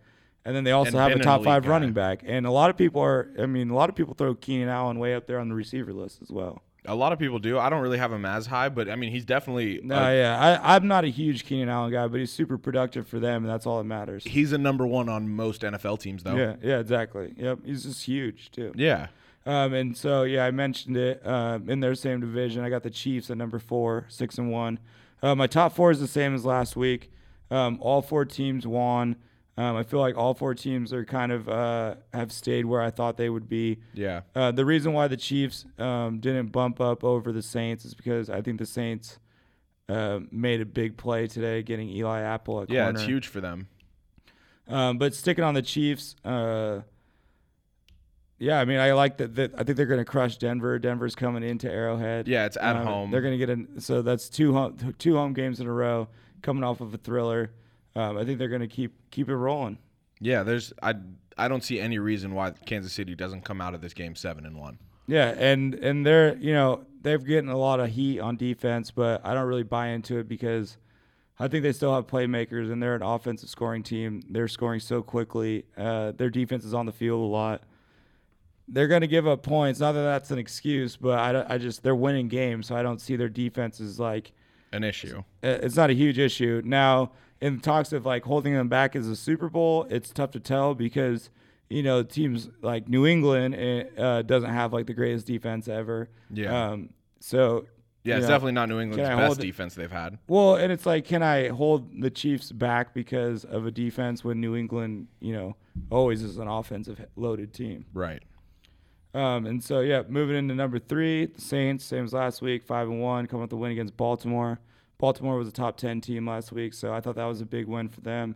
C: and then they also
B: And
C: have
B: been
C: a
B: an
C: top
B: elite
C: five
B: guy.
C: running back. And a lot of people are. I mean, a lot of people throw Keenan Allen way up there on the receiver list as well.
B: A lot of people do. I don't really have him as high, but I mean, he's definitely
C: No,
B: a-
C: yeah, I, I'm not a huge Keenan Allen guy, but he's super productive for them, and that's all that matters.
B: he's a number one on most NFL teams, though.
C: Yeah, yeah, exactly. Yep, he's just huge too.
B: Yeah.
C: Um, and so yeah, I mentioned it um, in their same division. I got the Chiefs at number four, six and one. Uh, my top four is the same as last week. Um, all four teams won. Um, I feel like all four teams are kind of uh, have stayed where I thought they would be.
B: Yeah.
C: Uh, the reason why the Chiefs um, didn't bump up over the Saints is because I think the Saints uh, made a big play today, getting Eli Apple at
B: Yeah,
C: corner.
B: it's huge for them.
C: Um, but sticking on the Chiefs, uh, yeah, I mean, I like that. that I think they're going to crush Denver. Denver's coming into Arrowhead.
B: Yeah, it's at
C: Um,
B: home.
C: They're going to get in. So that's two home, two home games in a row, coming off of a thriller. Um, I think they're going to keep keep it rolling.
B: Yeah, there's I I don't see any reason why Kansas City doesn't come out of this game seven and one.
C: Yeah, and and they're you know they've getting a lot of heat on defense, but I don't really buy into it because I think they still have playmakers and they're an offensive scoring team. They're scoring so quickly. Uh, their defense is on the field a lot. They're going to give up points. Not that that's an excuse, but I, don't- I just they're winning games, so I don't see their defense as like
B: An issue.
C: uh, it's not a huge issue. Now, in talks of like holding them back as a Super Bowl, it's tough to tell because you know teams like New England eh, uh, doesn't have like the greatest defense ever.
B: Yeah.
C: Um, so
B: Yeah,
C: you
B: it's
C: know,
B: definitely not New England's
C: I hold
B: best
C: it?
B: defense they've had.
C: well, and it's like, can I hold the Chiefs back because of a defense when New England, you know, always is an offensive loaded team?
B: Right.
C: Um, and so yeah, moving into number three, the Saints, same as last week, five and one, coming with the win against Baltimore. Baltimore was a top ten team last week, so I thought that was a big win for them.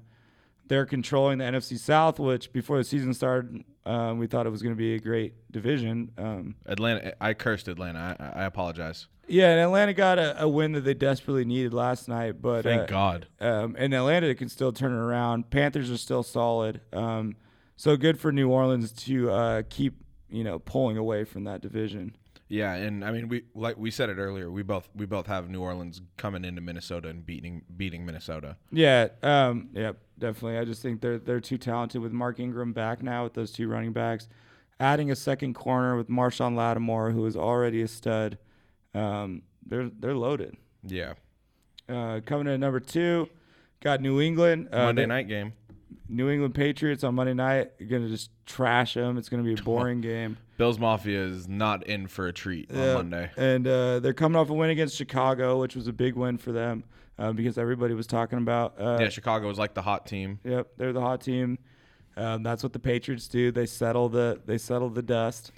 C: They're controlling the NFC South, which before the season started, um, we thought it was going to be a great division. Um,
B: Atlanta. I cursed Atlanta. I, I apologize.
C: yeah, and Atlanta got a, a win that they desperately needed last night, but
B: Thank
C: uh,
B: God.
C: um, and Atlanta can still turn it around. Panthers are still solid. Um, so good for New Orleans to uh, keep you know pulling away from that division.
B: Yeah, and I mean we like we said it earlier. We both we both have New Orleans coming into Minnesota and beating beating Minnesota.
C: Yeah, um, yeah, definitely. I just think they're they're too talented with Mark Ingram back now with those two running backs, adding a second corner with Marshawn Lattimore, who is already a stud. Um, they're they're loaded.
B: Yeah.
C: Uh, coming in at number two, got New England. Uh,
B: Monday
C: they-
B: night game.
C: New England Patriots on Monday night. You're gonna just trash them.
B: [LAUGHS]
C: It's gonna be a boring game.
B: Bills Mafia is not in for a treat on
C: Yeah,
B: Monday.
C: And uh, they're coming off a win against Chicago, which was a big win for them uh, because everybody was talking about. Uh,
B: Yeah, Chicago is like the hot team.
C: Yep, they're the hot team. Um, that's what the Patriots do. They settle the they settle
B: [LAUGHS]
C: the dust.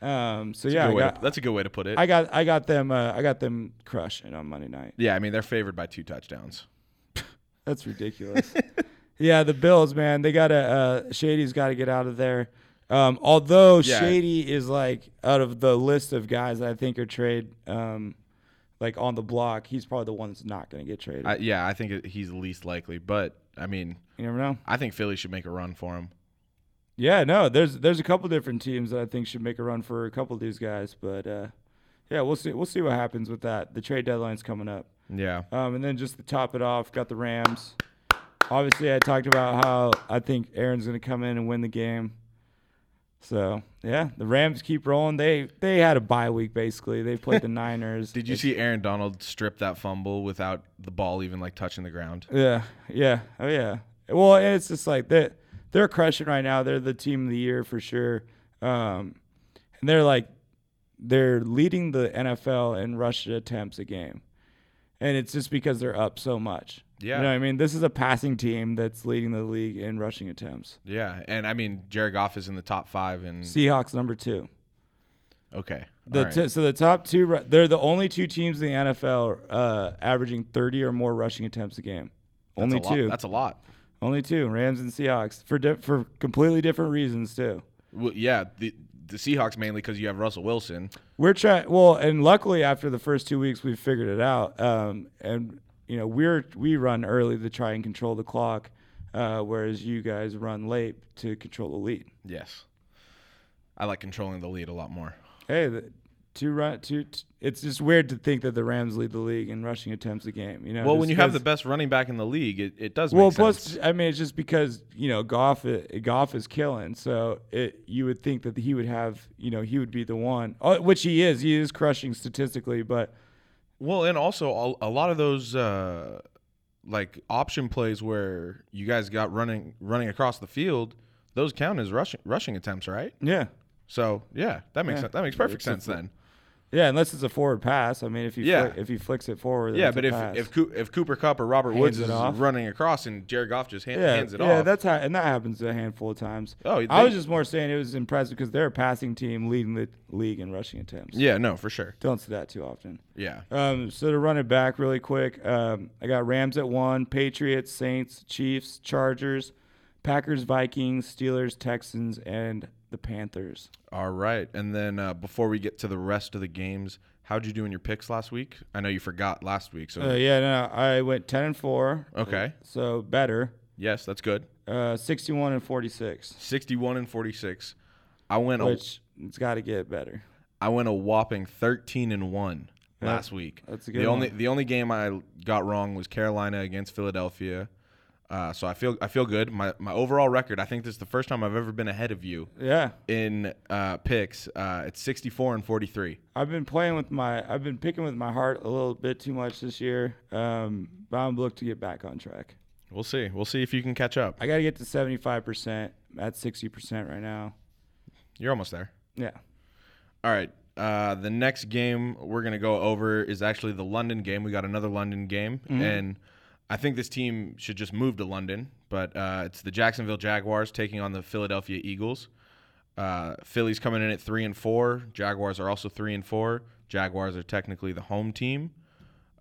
C: um, so yeah,
B: Good
C: I
B: way to-
C: got,
B: that's a good way to put it.
C: I got I got them uh, I got them crushing on Monday night.
B: yeah, I mean they're favored by two touchdowns. [LAUGHS]
C: That's ridiculous. yeah, the Bills, man, they gotta uh, Shady's got to get out of there. Um, although
B: Yeah.
C: Shady is like out of the list of guys that I think are trade um, like on the block, he's probably the one that's not going to get traded.
B: I, yeah, I think it- he's least likely, but I mean,
C: you never know.
B: I think Philly should make a run for him.
C: Yeah, no, there's there's a couple different teams that I think should make a run for a couple of these guys, but uh, yeah, we'll see we'll see what happens with that. The trade deadline's coming up,
B: Yeah,
C: um, and then just to top it off, got the Rams. Obviously, I talked about how I think Aaron's going to come in and win the game. So yeah, the Rams keep rolling. They they had a bye week basically. They played the Niners.
B: Did you see Aaron Donald strip that fumble without the ball even like touching the ground?
C: Yeah, yeah, oh yeah. Well, and it's just like that. They're crushing right now. They're the team of the year for sure. Um, and they're like, they're leading the NFL in rush attempts a game, and it's just because they're up so much.
B: Yeah.
C: you know what I mean. This is a passing team that's leading the league in rushing attempts.
B: Yeah, and I mean Jared Goff is in the top five, and
C: Seahawks number two.
B: okay,
C: The
B: all right.
C: t- so the top two, ru- they're the only two teams in the NFL uh, averaging 30 or more rushing attempts a game.
B: That's
C: only
B: a lot-
C: two.
B: That's a lot.
C: Only two Rams and Seahawks for di- for completely different reasons too.
B: Well, yeah, the the Seahawks mainly because you have Russell Wilson.
C: We're trying well, and luckily after the first two weeks we figured it out. Um, and you know we're we run early to try and control the clock, uh, whereas you guys run late to control the lead.
B: Yes, I like controlling the lead a lot more.
C: Hey, the, two run two. t- it's just weird to think that the Rams lead the league in rushing attempts a game. You know,
B: Well,
C: just
B: when you have the
C: 'cause-
B: best running back in the league, it, it does
C: Well,
B: make sense.
C: plus, I mean, it's just because you know Goff, i- Goff is killing. So it, you would think that he would have, you know, he would be the one, oh, which he is. He is crushing statistically, but
B: Well, and also a, a lot of those uh, like option plays where you guys got running running across the field, those count as rushing rushing attempts, right?
C: yeah,
B: So yeah, that makes
C: Yeah.
B: sense. that makes perfect sense then.
C: yeah. Unless it's a forward pass. I mean, if he
B: Yeah.
C: flick- if he flicks it forward, then
B: Yeah,
C: it's
B: but
C: a
B: if
C: pass.
B: if Coo- if Cooper Cup or Robert Woods
C: Hands
B: is
C: it off.
B: running across and Jared Goff just hand,
C: yeah,
B: hands it
C: yeah,
B: off,
C: that's how, and that happens a handful of times.
B: Oh,
C: I
B: they-
C: was just more saying it was impressive because they're a passing team leading the league in rushing attempts.
B: yeah, no, for sure,
C: Don't see that too often.
B: yeah.
C: Um, so to run it back really quick, um, I got Rams at one, Patriots, Saints, Chiefs, Chargers, Packers, Vikings, Steelers, Texans, and the Panthers.
B: All right, and then uh, before we get to the rest of the games, how'd you do in your picks last week? I know you forgot last week, so
C: Uh, yeah, no, I went ten and four.
B: okay,
C: So better.
B: yes, that's good.
C: Uh, Sixty-one and forty-six,
B: Sixty-one and forty-six. I went a,
C: which it's got to get better.
B: I went a whopping thirteen and one last week.
C: that's a good
B: The
C: one.
B: only the only game I got wrong was Carolina against Philadelphia. Uh, so I feel I feel good. My my overall record. I think this is the first time I've ever been ahead of you
C: Yeah,
B: in uh, picks. Uh, it's sixty four and forty three.
C: I've been playing with my, I've been picking with my heart a little bit too much this year. Um, but I'm looked to get back on track.
B: We'll see. We'll see if you can catch up.
C: I got to get to seventy-five percent. At sixty percent right now.
B: You're almost there.
C: Yeah.
B: All right. Uh, the next game we're gonna go over is actually the London game. We got another London game,
C: Mm-hmm.
B: and I think this team should just move to London. But uh, it's the Jacksonville Jaguars taking on the Philadelphia Eagles. Uh, Phillies coming in at three and four. Jaguars are also three and four. Jaguars are technically the home team.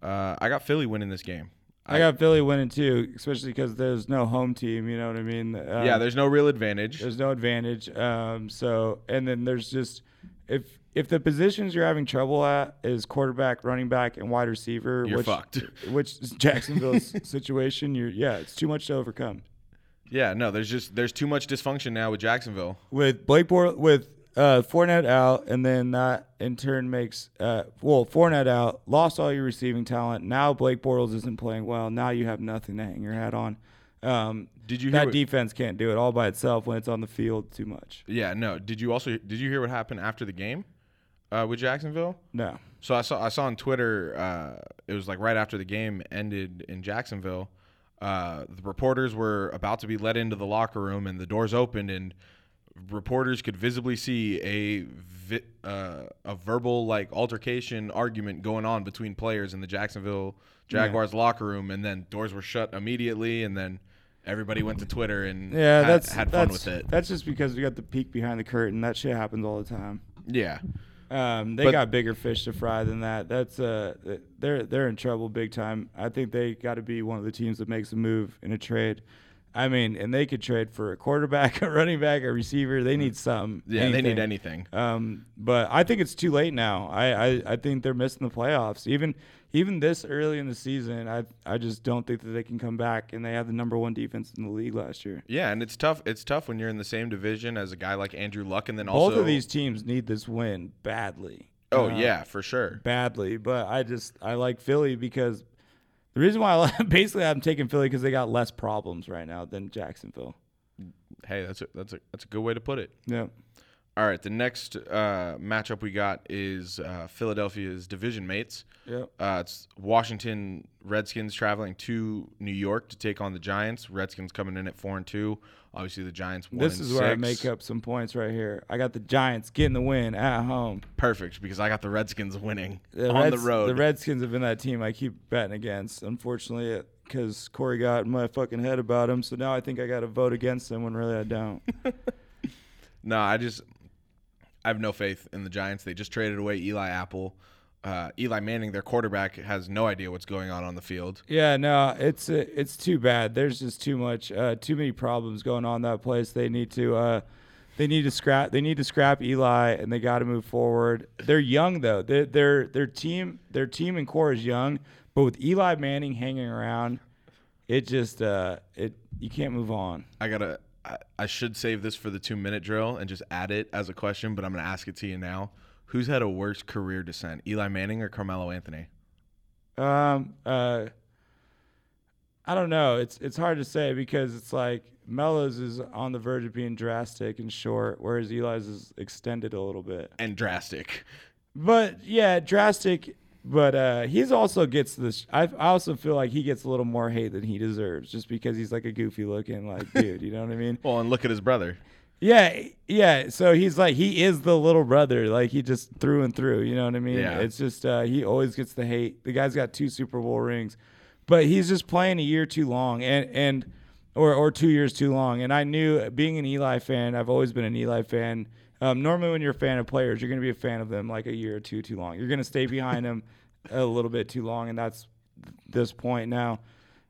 B: Uh, I got Philly winning this game.
C: I got Philly winning too, especially because there's no home team. You know what I mean? Uh,
B: yeah, there's no real advantage.
C: there's no advantage. Um, so and then there's just if if the positions you're having trouble at is quarterback, running back, and wide receiver,
B: You're
C: which,
B: fucked. [LAUGHS]
C: Which is Jacksonville's [LAUGHS] situation. You're yeah, it's too much to overcome.
B: Yeah, no, there's just there's too much dysfunction now with Jacksonville.
C: with Blake Bor- with uh, Fournette out, and then that in turn makes uh, well Fournette out, lost all your receiving talent. Now Blake Bortles isn't playing well. Now you have nothing to hang your hat on. Um,
B: Did you hear
C: that
B: what-
C: defense can't do it all by itself when it's on the field too much?
B: Yeah, no. Did you also did you hear what happened after the game uh, with Jacksonville?
C: No,
B: So I saw I saw on Twitter uh, it was like right after the game ended in Jacksonville, uh, the reporters were about to be let into the locker room and the doors opened and reporters could visibly see a vi- uh, a verbal like altercation argument going on between players in the Jacksonville Jaguars locker room and then doors were shut immediately and then everybody went to Twitter and
C: yeah,
B: had,
C: that's
B: had fun
C: that's,
B: with it.
C: That's just because we got the peek behind the curtain. That shit happens all the time.
B: Yeah.
C: Um, they
B: But-
C: got bigger fish to fry than that. That's uh, th- they're they're in trouble big time. I think they got to be one of the teams that makes a move in a trade. I mean, and they could trade for a quarterback, [LAUGHS] a running back, a receiver. They need something.
B: Mm. Yeah, they need anything.
C: Um, but I think it's too late now. I, I, I think they're missing the playoffs. Even even this early in the season, I I just don't think that they can come back. And they had the number one defense in the league last year.
B: Yeah, and it's tough. It's tough when you're in the same division as a guy like Andrew Luck, and then also
C: Both of these Uh, teams need this win badly.
B: Oh yeah, for sure.
C: badly, but I just I like Philly because the reason why I [LAUGHS] li- basically I'm taking Philly because they got less problems right now than Jacksonville.
B: Hey, that's a, that's a that's a good way to put it.
C: Yeah.
B: All right, the next uh, matchup we got is uh, Philadelphia's division mates.
C: Yep.
B: Uh, it's Washington Redskins traveling to New York to take on the Giants. Redskins coming in at four and two. Obviously, the Giants. One
C: This
B: and
C: is where I
B: six.
C: make up some points right here. I got the Giants getting the win at home.
B: perfect because I got the Redskins winning
C: The
B: on
C: Reds-
B: the road.
C: The Redskins have been that team I keep betting against, unfortunately, because Corey got in my fucking head about him. So now I think I got to vote against them when really I don't.
B: No, I just I have no faith in the Giants. They just traded away Eli Apple. uh, Eli Manning, their quarterback, has no idea what's going on on the field.
C: Yeah, no, it's it's too bad. There's just too much, uh, too many problems going on that place. They need to, uh, they need to scrap. They need to scrap Eli, and they got to move forward. They're young though. Their their their team their team and core is young, but with Eli Manning hanging around, it just uh, it you can't move on.
B: I gotta. I, I should save this for the two minute drill and just add it as a question, but I'm gonna ask it to you now. Who's had a worse career descent, Eli Manning or Carmelo Anthony?
C: Um, uh, I don't know. It's it's hard to say because it's like Melo's is on the verge of being drastic and short, whereas Eli's is extended a little bit.
B: And drastic.
C: But yeah, drastic. But uh, he's also gets this. I, I also feel like he gets a little more hate than he deserves, just because he's like a goofy looking like dude. You know what I mean?
B: Well, and look at his brother.
C: Yeah, yeah. So he's like he is the little brother, like he just through and through. You know what I mean?
B: Yeah.
C: It's just uh, he always gets the hate. The guy's got two Super Bowl rings, but he's just playing a year too long, and and or or two years too long. And I knew being an Eli fan, I've always been an Eli fan. Um, normally, when you're a fan of players, you're going to be a fan of them like a year or two too long. You're going to stay behind them a little bit too long, and that's this point now.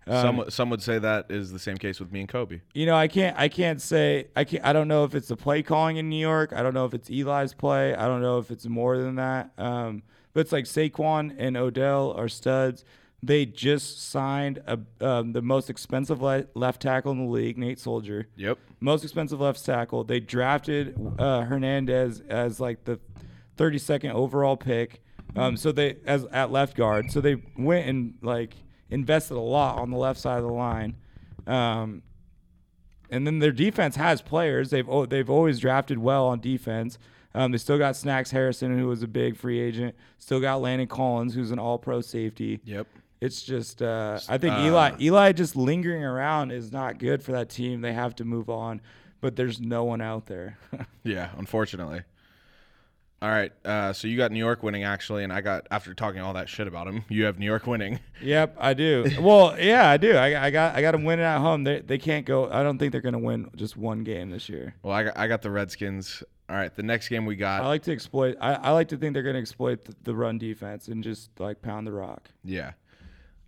B: some some would say that is the same case with me and Kobe.
C: you know, I can't I can't say I can not I don't know if it's the play calling in New York. I don't know if it's Eli's play. I don't know if it's more than that. Um, but it's like Saquon and Odell are studs. They just signed a, um, the most expensive le- left tackle in the league, Nate Soldier.
B: Yep.
C: Most expensive left tackle. They drafted uh, Hernandez as like the 32nd overall pick. Um, so they as at left guard. So they went and like invested a lot on the left side of the line. Um, and then their defense has players. They've oh, they've always drafted well on defense. Um, they still got Snacks Harrison, who was a big free agent. Still got Landon Collins, who's an All Pro safety.
B: Yep.
C: It's just uh, I think Eli Eli just lingering around is not good for that team. They have to move on, but there's no one out there. [LAUGHS]
B: Yeah, unfortunately. All right. Uh, so you got New York winning actually, and I got after talking all that shit about him, you have New York winning. [LAUGHS]
C: yep, I do. Well, yeah, I do. I, I got I got them winning at home. They they can't go. I don't think they're gonna win just one game this year.
B: Well, I got, I got the Redskins. All right. The next game we got.
C: I like to exploit. I, I like to think they're gonna exploit the, the run defense and just like pound the rock.
B: Yeah.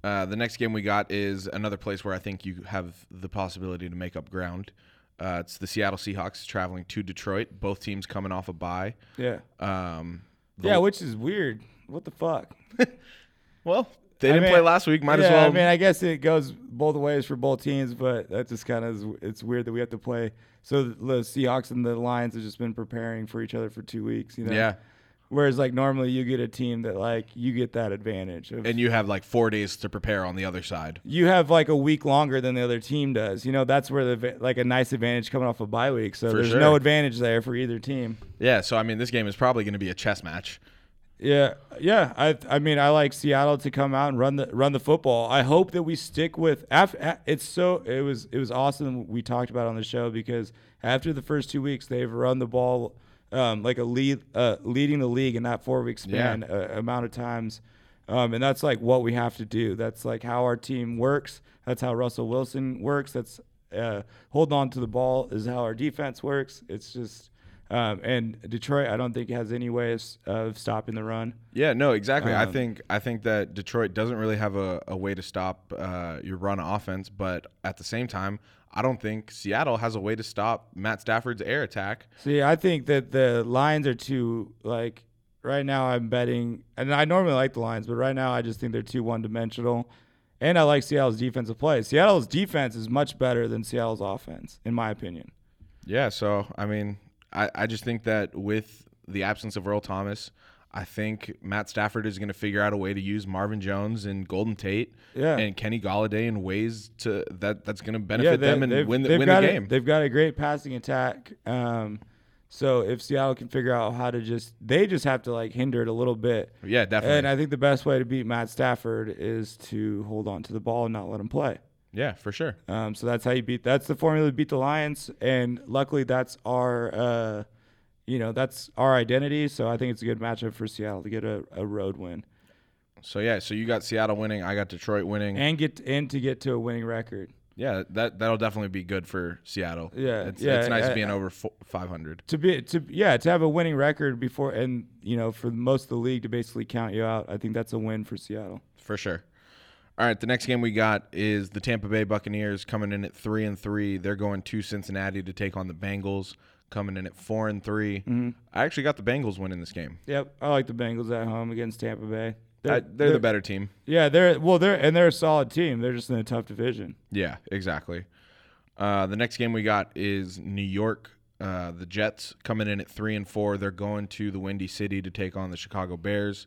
B: Uh, the next game we got is another place where I think you have the possibility to make up ground. Uh, it's the Seattle Seahawks traveling to Detroit. Both teams coming off a bye.
C: Yeah.
B: Um,
C: Yeah, which is weird. What the fuck?
B: well, they
C: I
B: didn't
C: mean-
B: play last week. Might
C: yeah,
B: as well.
C: I mean, I guess it goes both ways for both teams, but that just kind of is, it's weird that we have to play. So the Seahawks and the Lions have just been preparing for each other for two weeks. You know.
B: yeah.
C: Whereas like normally you get a team that like you get that advantage. Of,
B: And you have like four days to prepare on the other side.
C: you have like a week longer than the other team does. You know that's where the va- like a nice advantage coming off a bye week. So
B: For
C: there's
B: sure.
C: no advantage there for either team.
B: Yeah. So I mean, this game is probably going to be a chess match.
C: Yeah, yeah. I I mean, I like Seattle to come out and run the run the football. I hope that we stick with. After, it's so it was it was awesome. We talked about it on the show because after the first two weeks, they've run the ball um, like a lead uh, leading the league in that four week span uh, amount of times, um, and that's like what we have to do. That's like how our team works. That's how Russell Wilson works. That's uh, holding on to the ball is how our defense works. It's just. Um, and Detroit, I don't think has any way of, s- of stopping the run.
B: Yeah, no, exactly.
C: Um,
B: I think I think that Detroit doesn't really have a, a way to stop uh, your run offense, but at the same time, I don't think Seattle has a way to stop Matt Stafford's air attack.
C: See, I think that the Lions are too like right now. I'm betting, and I normally like the Lions, but right now I just think they're too one dimensional. And I like Seattle's defensive play. Seattle's defense is much better than Seattle's offense, in my opinion.
B: Yeah, so I mean, I, I just think that with the absence of Earl Thomas, I think Matt Stafford is going to figure out a way to use Marvin Jones and Golden Tate
C: Yeah.
B: and Kenny Galladay in ways to that that's going to benefit
C: Yeah,
B: them and win the,
C: they've
B: win the
C: got a-
B: game.
C: they've got a great passing attack. Um, so if Seattle can figure out how to just, they just have to like hinder it a little bit.
B: yeah, definitely.
C: And I think the best way to beat Matt Stafford is to hold on to the ball and not let him play.
B: yeah, for sure.
C: Um, so that's how you beat. That's the formula to beat the Lions, and luckily that's our, uh, you know, that's our identity. So I think it's a good matchup for Seattle to get a, a road win
B: So yeah, so you got Seattle winning, I got Detroit winning.
C: and get and to get to a winning record.
B: Yeah, that that'll definitely be good for Seattle.
C: Yeah,
B: it's,
C: yeah,
B: it's nice
C: I-
B: being over over five hundred.
C: to be to yeah to have a winning record before and you know for most of the league to basically count you out i think that's a win for seattle
B: for sure. All right, the next game we got is the Tampa Bay Buccaneers coming in at three and three. They're going to Cincinnati to take on the Bengals, coming in at four and 3
C: Mm-hmm.
B: I actually got the Bengals winning this game.
C: yep i like the bengals at home against tampa bay
B: I- they're, the better team.
C: yeah they're well they're and they're a solid team they're just in a tough division
B: Yeah, exactly. Uh, the next game we got is New York. Uh, the Jets coming in at three and four. They're going to the Windy City to take on the Chicago Bears.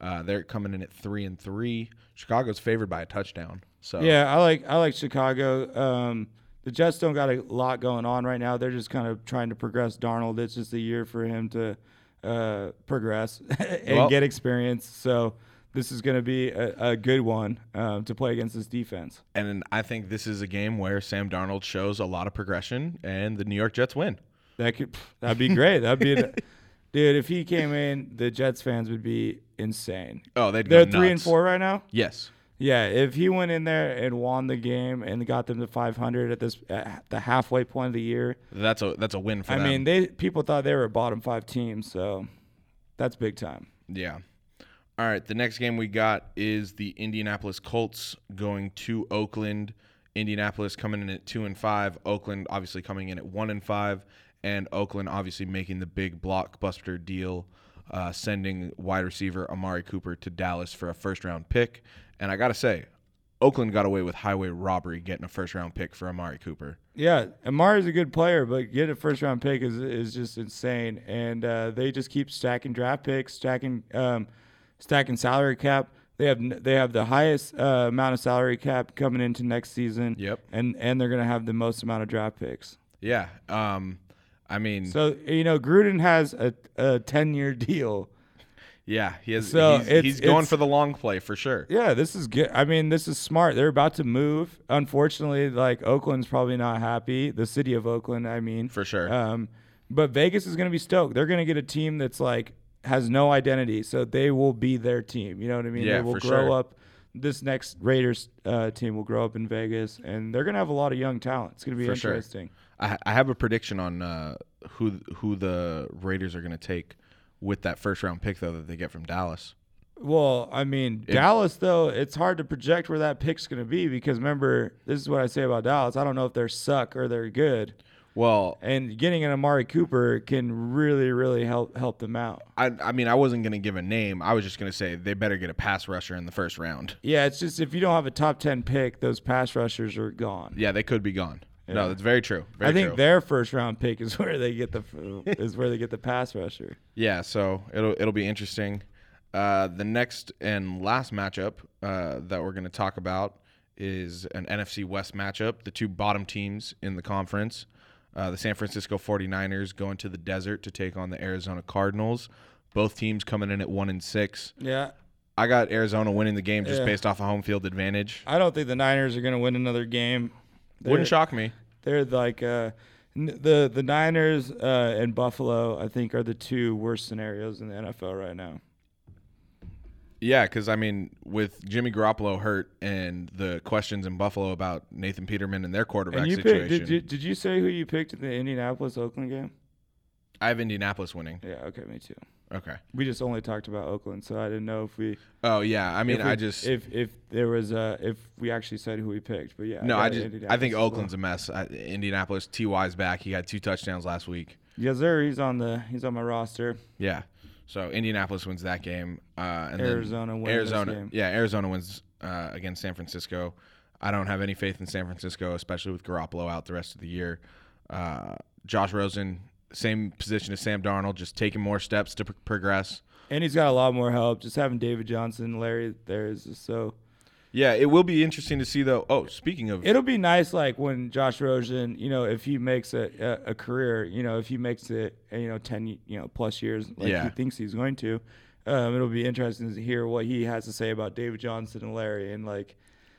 B: Uh, they're coming in at three and three. Chicago's favored by a touchdown. So
C: yeah i like i like chicago um the jets don't got a lot going on right now they're just kind of trying to progress darnold it's just a year for him to uh progress [LAUGHS] and
B: Well-
C: get experience so this is going to be a, a good one um, to play against this defense
B: And I think this is a game where Sam Darnold shows a lot of progression and the New York Jets win.
C: That could pff, that'd be great. That'd be, an, [LAUGHS] dude. If he came in, the Jets fans would be insane.
B: Oh, they'd
C: They're
B: go
C: three and
B: nuts.
C: four right now.
B: Yes.
C: Yeah, if he went in there and won the game and got them to 500 at this at the halfway point of the year,
B: That's a that's a win for
C: I
B: them.
C: mean, they people thought they were a bottom five team, so that's big time.
B: yeah. All right, the next game we got is the Indianapolis Colts going to Oakland. Indianapolis coming in at 2 and 5, Oakland obviously coming in at 1 and 5, and Oakland obviously making the big blockbuster deal uh, sending wide receiver Amari Cooper to Dallas for a first round pick. And I got to say, Oakland got away with highway robbery getting a first round pick for Amari Cooper.
C: Yeah, Amari's a good player, but get a first round pick is is just insane. And uh, they just keep stacking draft picks, stacking um, stacking salary cap. They have n- they have the highest uh, amount of salary cap coming into next season.
B: Yep.
C: And and they're gonna have the most amount of draft picks.
B: Yeah. Um, I mean,
C: So you know Gruden has a a ten year [LAUGHS] deal.
B: yeah, he has,
C: So
B: he's,
C: it's-
B: he's going
C: it's-
B: for the long play for sure.
C: Yeah, this is good. I mean, this is smart. They're about to move. Unfortunately, like Oakland's probably not happy. The city of Oakland, I mean,
B: For sure.
C: Um, but Vegas is going to be stoked. They're going to get a team that's like has no identity, so they will be their team. You know what I mean?
B: Yeah,
C: they will
B: for
C: grow
B: sure.
C: up. This next Raiders uh, team will grow up in Vegas, and they're going to have a lot of young talent. It's going to be
B: For sure.
C: interesting.
B: I, I have a prediction on uh, who who the Raiders are going to take with that first round pick though that they get from Dallas.
C: Well, I mean, Dallas though, it's hard to project where that pick's going to be because remember, this is what I say about Dallas. I don't know if they're suck or they're good.
B: Well,
C: and getting an Amari Cooper can really, really help help them out.
B: I I mean I wasn't going to give a name. I was just going to say they better get a pass rusher in the first round.
C: Yeah, it's just if you don't have a top ten pick, those pass rushers are gone.
B: Yeah, they could be gone. No, that's very true. Very
C: I think
B: true.
C: their first round pick is [LAUGHS] where they get the is where they get the pass rusher.
B: Yeah, so it'll it'll be interesting. Uh, the next and last matchup uh, that we're going to talk about is an NFC West matchup. The two bottom teams in the conference, uh, the San Francisco 49ers going to the desert to take on the Arizona Cardinals. Both teams coming in at one and six.
C: Yeah,
B: I got Arizona winning the game just
C: Yeah.
B: based off a home field advantage.
C: I don't think the Niners are going to win another game. They're,
B: Wouldn't shock me.
C: They're like uh, n- the the Niners uh, and Buffalo. I think are the two worst scenarios in the NFL right now.
B: Yeah, because I mean, with Jimmy Garoppolo hurt and the questions in Buffalo about Nathan Peterman and their quarterback
C: And you
B: situation,
C: picked, did, did, did you say who you picked in the Indianapolis Oakland game?
B: I have Indianapolis winning.
C: Yeah, okay, me too.
B: Okay.
C: We just only talked about Oakland, so I didn't know if we.
B: Oh yeah, I mean,
C: if
B: I
C: we-
B: just
C: if if there was a if we actually said who we picked, but yeah.
B: no, I
C: got
B: just I
C: Indianapolis
B: think
C: as well.
B: Oakland's a mess. I, Indianapolis, Ty's back. He had two touchdowns last week.
C: Yes, sir. He's on the he's on my roster.
B: Yeah, so Indianapolis wins that game. Uh, and then
C: Arizona win this
B: Arizona,
C: game.
B: yeah, Arizona wins uh, against San Francisco. I don't have any faith in San Francisco, especially with Garoppolo out the rest of the year. Uh, Josh Rosen, same position as Sam Darnold, just taking more steps to pr- progress.
C: And he's got a lot more help. Just having David Johnson, Larry there is just so
B: Yeah, it will be interesting to see though. Oh, speaking of
C: it'll be nice like when Josh Rosen, you know, if he makes a, a, a career, you know, if he makes it you know, ten you know, plus years like
B: Yeah.
C: he thinks he's going to. Um, it'll be interesting to hear what he has to say about David Johnson and Larry and like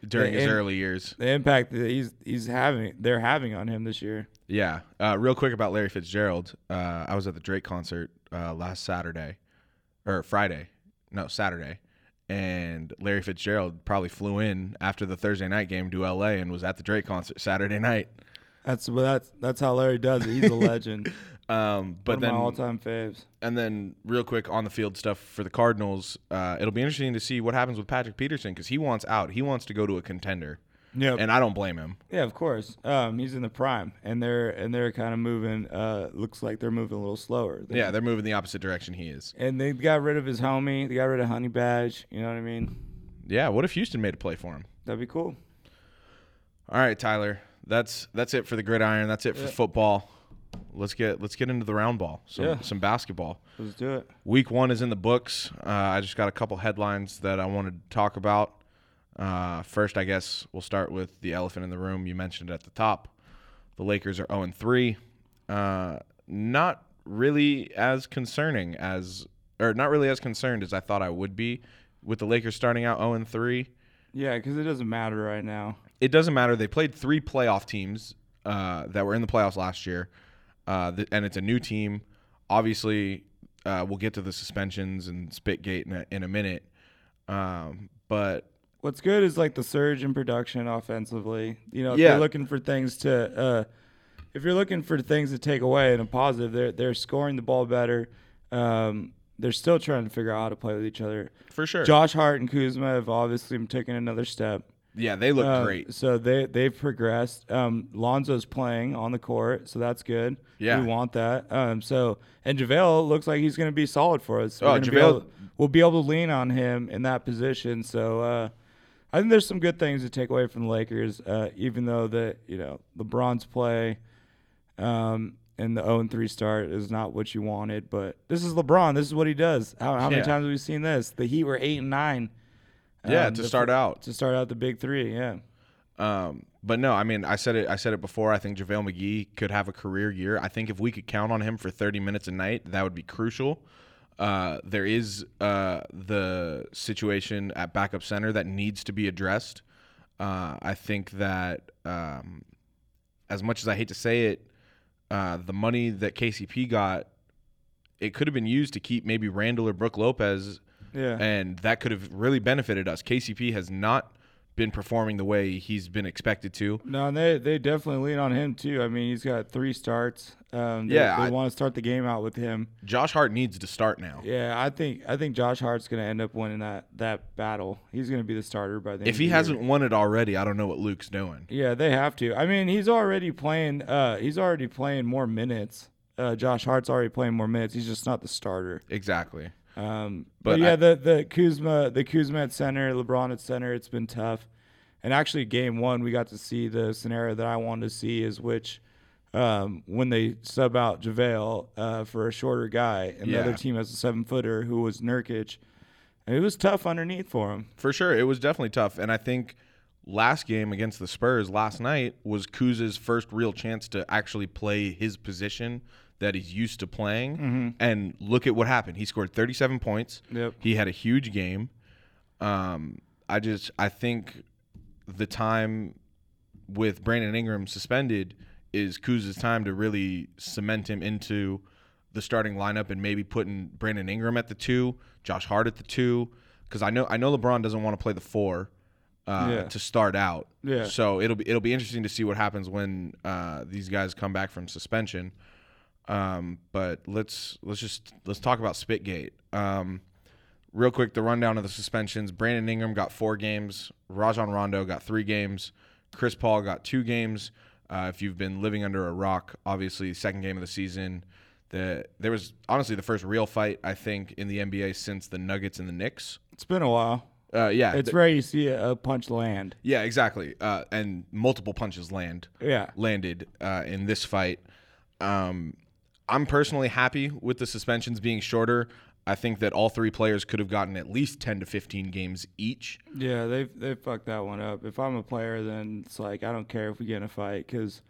B: during his
C: and-
B: early years,
C: the impact that he's he's having they're having on him this year.
B: Yeah. Uh, real quick about Larry Fitzgerald. Uh, I was at the Drake concert uh, last Saturday or Friday. No, Saturday. and Larry Fitzgerald probably flew in after the Thursday night game to LA and was at the Drake concert Saturday night.
C: That's well, that's that's how Larry does it.
B: [LAUGHS]
C: He's a legend.
B: Um, but
C: One
B: then
C: of my all-time faves.
B: and then real quick on the field stuff for the Cardinals, uh, it'll be interesting to see what happens with Patrick Peterson because he wants out. He wants to go to a contender,
C: Yeah,
B: and I don't blame him.
C: yeah, of course. Um, he's in the prime, and they're and they're kind of moving. Uh, looks like they're moving a little slower. than-
B: Yeah, they're moving the opposite direction he is.
C: and they got rid of his homie. They got rid of Honey Badge. You know what I mean?
B: Yeah, what if Houston made a play for him?
C: That'd be cool.
B: All right, Tyler, that's that's it for the gridiron. That's it for football. Let's get let's get into the round ball. Some
C: Yeah.
B: some basketball.
C: Let's do it.
B: Week one is in the books. Uh, I just got a couple headlines that I wanted to talk about. Uh, first, I guess we'll start with the elephant in the room. You mentioned it at the top. The Lakers are 0 3. Uh, not really as concerning as, or not really as concerned as I thought I would be with the Lakers starting out 0 3.
C: Yeah, because it doesn't matter right now.
B: It doesn't matter. They played three playoff teams uh, that were in the playoffs last year, uh, th- and it's a new team. Obviously, uh, we'll get to the suspensions and Spitgate in a, in a minute, um, but
C: What's good is like the surge in production offensively. You know, if
B: Yeah.
C: you're looking for things to, uh, if you're looking for things to take away and a positive, they're they're scoring the ball better. Um, they're still trying to figure out how to play with each other.
B: for sure,
C: Josh Hart and Kuzma have obviously been taking another step.
B: yeah, they look
C: Um,
B: great.
C: So they they've progressed. Um, Lonzo's playing on the court, so that's good.
B: Yeah.
C: we want that. Um, so and Javale looks like he's going to be solid for us. We're
B: Oh,
C: gonna be
B: JaVale-
C: able- we'll be able to lean on him in that position. So uh, I think there's some good things to take away from the Lakers, uh, even though the you know LeBron's play. Um, and the 0 and 3 start is not what you wanted, but this is LeBron. This is what he does. How, how many
B: Yeah.
C: times have we seen this? The Heat were 8 and 9.
B: Yeah,
C: um,
B: to
C: the
B: start
C: fir-
B: out.
C: To start out the big three, yeah.
B: Um, but no, I mean, I said it. I said it before. I think JaVale McGee could have a career year. I think if we could count on him for 30 minutes a night, that would be crucial. Uh, there is uh, the situation at backup center that needs to be addressed. Uh, I think that um, as much as I hate to say it, uh, the money that KCP got, it could have been used to keep maybe Randall or Brooke Lopez
C: Yeah.
B: and that could have really benefited us. KCP has not been performing the way he's been expected to.
C: No, and they they definitely lean on him too. I mean, he's got three starts. Um, they,
B: Yeah,
C: they
B: I-
C: want to start the game out with him.
B: Josh Hart needs to start now.
C: Yeah, I think I think Josh Hart's gonna end up winning that that battle. He's gonna be the starter by the end.
B: If
C: of
B: he
C: the
B: hasn't won it already, I don't know what Luke's doing.
C: year. yeah, they have to. I mean, he's already playing. Uh, he's already playing more minutes. Uh, Josh Hart's already playing more minutes. He's just not the starter.
B: Exactly.
C: Um,
B: But
C: but, yeah,
B: I-
C: the the Kuzma the Kuzma at center, LeBron at center, it's been tough. And actually, game one, we got to see the scenario that I wanted to see is which um, when they sub out Javale uh, for a shorter guy, and
B: Yeah.
C: the other team has a seven footer who was Nurkic, and it was tough underneath for him.
B: For sure. It was definitely tough. And I think last game against the Spurs last night was Kuz's first real chance to actually play his position that he's used to playing. And look at what happened. He scored 37 points.
C: Mm-hmm. Yep.
B: He had a huge game. Um, I just I think the time with Brandon Ingram suspended is Kuz's time to really cement him into the starting lineup and maybe putting Brandon Ingram at the two, Josh Hart at the two, because I know I know LeBron doesn't want to play the four uh,
C: Yeah.
B: to start out.
C: Yeah.
B: So it'll be it'll be interesting to see what happens when uh, these guys come back from suspension. Um, but let's let's just let's talk about Spitgate. Um, real quick, the rundown of the suspensions: Brandon Ingram got four games, Rajon Rondo got three games, Chris Paul got two games. Uh, if you've been living under a rock, obviously, second game of the season, the there was honestly the first real fight I think in the NBA since the Nuggets and the Knicks.
C: It's been a while.
B: Uh, yeah,
C: It's
B: th-
C: rare you see a, a punch land.
B: yeah, exactly. Uh, and multiple punches land
C: Yeah,
B: landed uh, in this fight. Um, I'm personally happy with the suspensions being shorter. I think that all three players could have gotten at least 10 to 15 games each.
C: yeah, they they fucked that one up. If I'm a player, then it's like I don't care if we get in a fight because.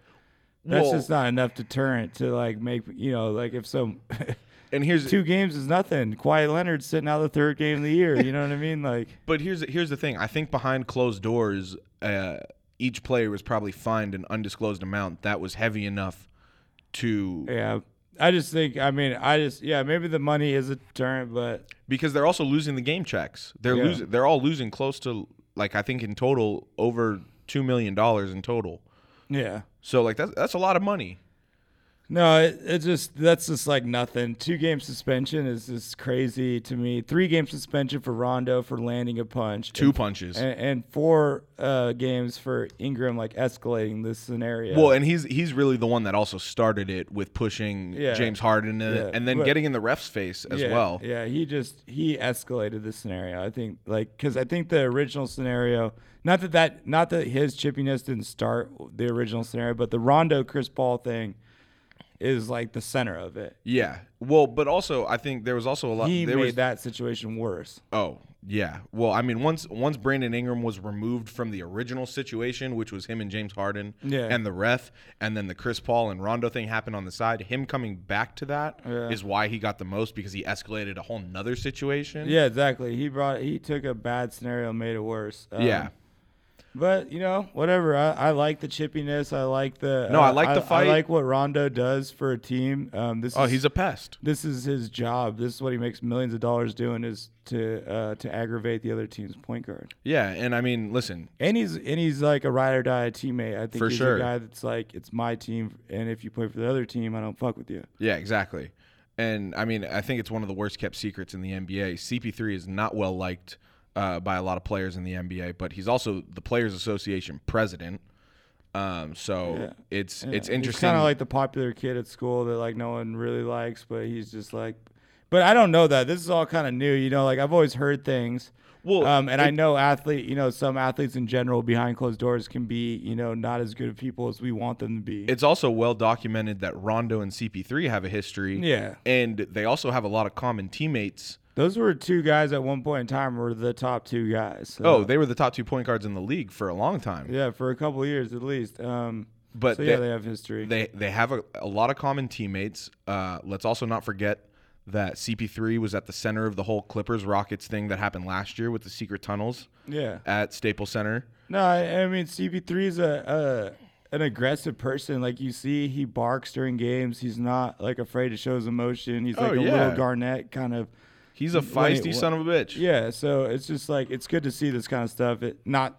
C: That's
B: Well-
C: just not enough deterrent to like make you know like if some [LAUGHS]
B: And here's
C: two games is nothing. Kawhi Leonard sitting out the third game of the year. You know what I mean? Like
B: but here's the- here's the thing. I think behind closed doors, uh, each player was probably fined an undisclosed amount that was heavy enough to
C: yeah, I just think, I mean, I just, yeah, maybe the money is a deterrent, but
B: because they're also losing the game checks. They're
C: Yeah.
B: losing. They're all losing close to like I think in total over two million dollars in total.
C: yeah.
B: So like that's that's a lot of money.
C: No, it, it just, that's just like nothing. Two game suspension is just crazy to me. Three game suspension for Rondo for landing a punch.
B: Two punches.
C: And, and four uh, games for Ingram, like escalating this scenario.
B: well, and he's he's really the one that also started it with pushing
C: Yeah.
B: James Harden and,
C: Yeah.
B: and then
C: But-
B: getting in the ref's face as
C: yeah,
B: well.
C: Yeah, he just he escalated the scenario. I think like because I think the original scenario, not that that not that his chippiness didn't start the original scenario, but the Rondo Chris Paul thing is like the center of it.
B: Yeah. Well, but also I think there was also a lot.
C: He
B: Uh, there
C: made
B: was,
C: that situation worse.
B: Oh yeah. Well, I mean, once once Brandon Ingram was removed from the original situation, which was him and James Harden,
C: Yeah.
B: and the ref, and then the Chris Paul and Rondo thing happened on the side. Him coming back to that is why he got the most because he escalated a whole nother situation.
C: Yeah, exactly. He brought he took a bad scenario, and made it worse. Um,
B: Yeah.
C: But you know, whatever. I, I like the chippiness. I like the uh,
B: No, I like the fight.
C: I like what Rondo does for a team. Um, this
B: Oh,
C: is,
B: he's a pest.
C: this is his job. This is what he makes millions of dollars doing is to uh, to aggravate the other team's point guard.
B: Yeah, and I mean, listen,
C: And he's and he's like a ride or die teammate. I think
B: For
C: he's
B: sure.
C: a guy that's like it's my team, and if you play for the other team, I don't fuck with you.
B: Yeah, exactly. And I mean, I think it's one of the worst kept secrets in the NBA. CP3 is not well liked uh, by a lot of players in the NBA, but he's also the Players Association president. Um, so it's it's interesting.
C: kind of like the popular kid at school that like no one really likes, but he's just like. But I don't know that. This is all kind of new, you know. Like I've always heard things.
B: Well,
C: um, and I
B: it-
C: know athlete, you know, some athletes in general behind closed doors can be, you know, not as good of people as we want them to be.
B: it's also well documented that Rondo and CP3 have a history.
C: Yeah.
B: and they also have a lot of common teammates.
C: Those were two guys at one point in time were the top two guys. So,
B: Oh, they were the top two point guards in the league for a long time.
C: yeah, for a couple of years at least. Um,
B: But
C: so yeah,
B: they-
C: they have history.
B: They they have a, a lot of common teammates. Uh, let's also not forget that CP3 was at the center of the whole Clippers Rockets thing that happened last year with the secret tunnels
C: yeah,
B: at Staples Center.
C: no, I, I mean CP3 is a, a an aggressive person. Like you see, he barks during games. He's not like afraid to show his emotion. He's like
B: Oh,
C: a
B: yeah.
C: little Garnett kind of.
B: He's a feisty
C: what?
B: son of a bitch.
C: Yeah, so it's just like it's good to see this kind of stuff. It not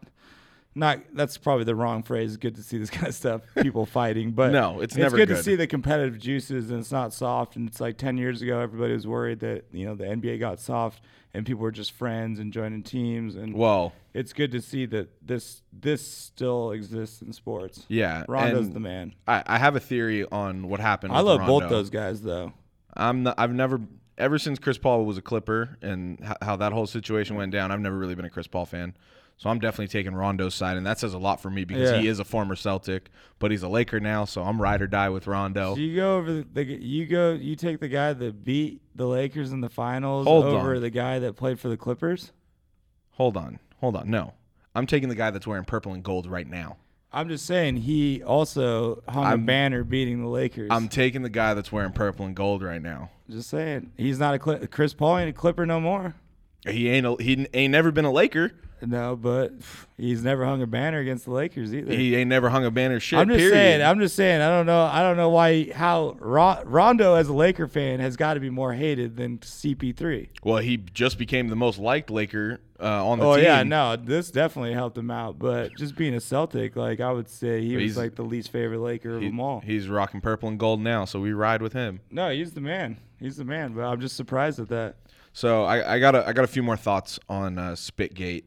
C: not that's probably the wrong phrase. Good to see this [LAUGHS] kind of stuff, people fighting, but
B: No, it's never
C: good, to
B: good.
C: see the competitive juices and it's not soft. And it's like ten years ago, everybody was worried that you know the NBA got soft and people were just friends and joining teams. And
B: Well,
C: it's good to see that this this still exists in sports.
B: yeah.
C: Rondo's
B: and
C: the man.
B: I, I have a theory on what happened.
C: I
B: with
C: love both
B: Rondo.
C: those guys though.
B: I'm not, I've never ever since Chris Paul was a Clipper and h- how that whole situation went down. I've never really been a Chris Paul fan, so I'm definitely taking Rondo's side, and that says a lot for me because
C: Yeah.
B: he is a former Celtic, but he's a Laker now, so I'm ride or die with Rondo.
C: So you go over the, the you go you take the guy that beat the Lakers in the finals
B: Hold
C: over
B: on.
C: the guy that played for the Clippers.
B: Hold on, hold on, no, I'm taking the guy that's wearing purple and gold right now.
C: I'm just saying he also hung a banner beating the Lakers.
B: I'm taking the guy that's wearing purple and gold right now.
C: just saying he's not a Cl- Chris Paul ain't a Clipper no more.
B: He ain't a, he ain't never been a Laker.
C: No, but pff, he's never hung a banner against the Lakers either.
B: He ain't never hung a banner shit.
C: I'm just
B: period.
C: saying. I'm just saying. I don't know. I don't know why how Ro- Rondo as a Laker fan has got to be more hated than CP3.
B: well, he just became the most liked Laker uh, on the
C: Oh
B: team.
C: yeah, no, this definitely helped him out. But just being a Celtic, like I would say, he
B: He's-
C: was like the least favorite Laker of them all.
B: He's rocking purple and gold now, so we ride with him.
C: no, he's the man. He's the man. But I'm just surprised at that.
B: So I, I got a, I got a few more thoughts on uh, Spitgate.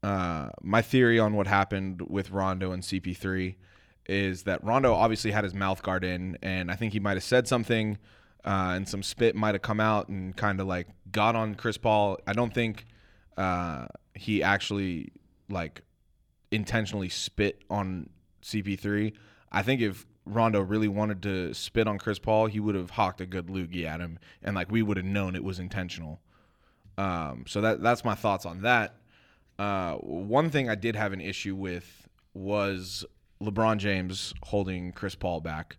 B: Uh, my theory on what happened with Rondo and CP3 is that Rondo obviously had his mouth guard in, and I think he might have said something, uh, and some spit might have come out and kind of like got on Chris Paul. I don't think uh, he actually like intentionally spit on CP3. I think if Rondo really wanted to spit on Chris Paul, he would have hawked a good loogie at him, and like we would have known it was intentional. Um, so that that's my thoughts on that. Uh, one thing I did have an issue with was LeBron James holding Chris Paul back.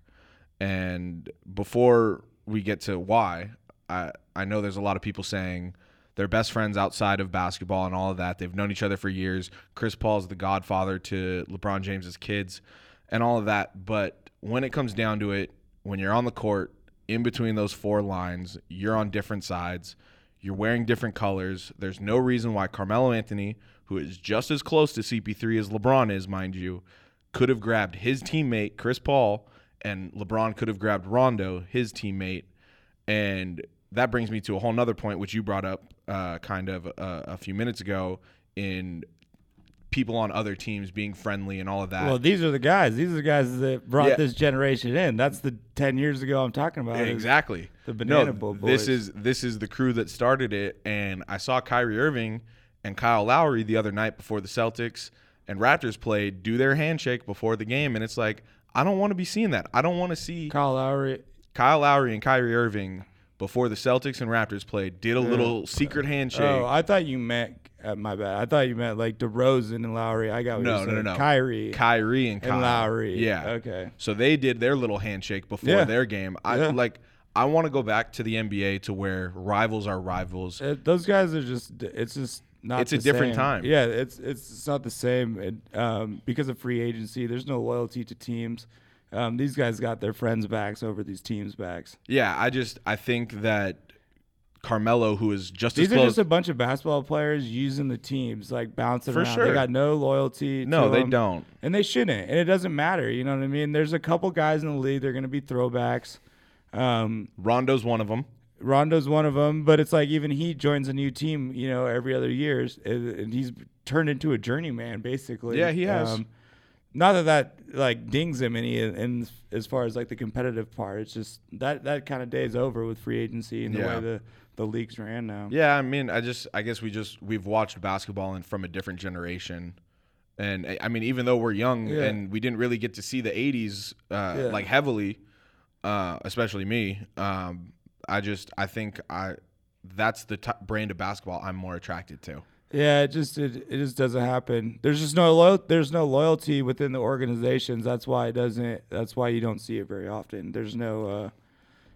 B: And before we get to why, I I know there's a lot of people saying they're best friends outside of basketball and all of that. They've known each other for years. Chris Paul's the godfather to LeBron James's kids and all of that, but when it comes down to it, when you're on the court in between those four lines. You're on different sides. You're wearing different colors. There's no reason why Carmelo Anthony, who is just as close to CP3 as LeBron is, mind you, could have grabbed his teammate, Chris Paul, and LeBron could have grabbed Rondo, his teammate. And that brings me to a whole nother point, which you brought up uh, kind of uh, a few minutes ago in people on other teams being friendly and all of that.
C: Well, these are the guys. These are the guys that brought
B: Yeah.
C: this generation in. That's the ten years ago I'm talking about. is-
B: Exactly.
C: the Banana Boat
B: This
C: Boys.
B: is this is the crew that started it, and I saw Kyrie Irving and Kyle Lowry the other night before the Celtics and Raptors played do their handshake before the game, and it's like I don't want to be seeing that. I don't want to see
C: Kyle Lowry.
B: Kyle Lowry and Kyrie Irving before the Celtics and Raptors played did a little secret handshake.
C: Oh, I thought you meant. Uh, my bad. I thought you meant like DeRozan and Lowry. I got what
B: no,
C: you're
B: no, no,
C: saying.
B: no.
C: Kyrie.
B: Kyrie, and,
C: and
B: Kyle.
C: Lowry.
B: Yeah.
C: Okay.
B: So they did their little handshake before
C: Yeah.
B: their game. I
C: Yeah.
B: like. I want to go back to the NBA to where rivals are rivals.
C: Uh, those guys are just. It's just not.
B: It's a
C: the
B: different
C: same.
B: time.
C: Yeah, it's it's it's not the same. It, um, because of free agency, there's no loyalty to teams. Um, these guys got their friends' backs over these teams' backs.
B: Yeah, I just I think that Carmelo, who is just
C: These
B: as
C: are
B: close,
C: just a bunch of basketball players using the teams, like bouncing
B: For
C: around.
B: sure.
C: They got no loyalty.
B: no,
C: to
B: they
C: 'em,
B: don't.
C: and they shouldn't. And it doesn't matter. You know what I mean? There's a couple guys in the league. They're going to be throwbacks. Um,
B: Rondo's one of them.
C: Rondo's one of them, but it's like even he joins a new team, you know, every other years, and and he's turned into a journeyman basically. Um,
B: Yeah, he has.
C: not that that like dings him any in as far as like the competitive part. It's just that that kind of day is over with free agency and the
B: Yeah.
C: way the the leagues ran now.
B: Yeah, I mean, I just I guess we just we've watched basketball and from a different generation. And I- I mean, even though we're young
C: Yeah.
B: and we didn't really get to see the '80s uh,
C: Yeah.
B: like heavily, uh, especially me, um, I just I think I that's the t- brand of basketball I'm more attracted to.
C: Yeah, it just it, it just doesn't happen. There's just no loyal there's no loyalty within the organizations. That's why it doesn't. That's why you don't see it very often. There's no. uh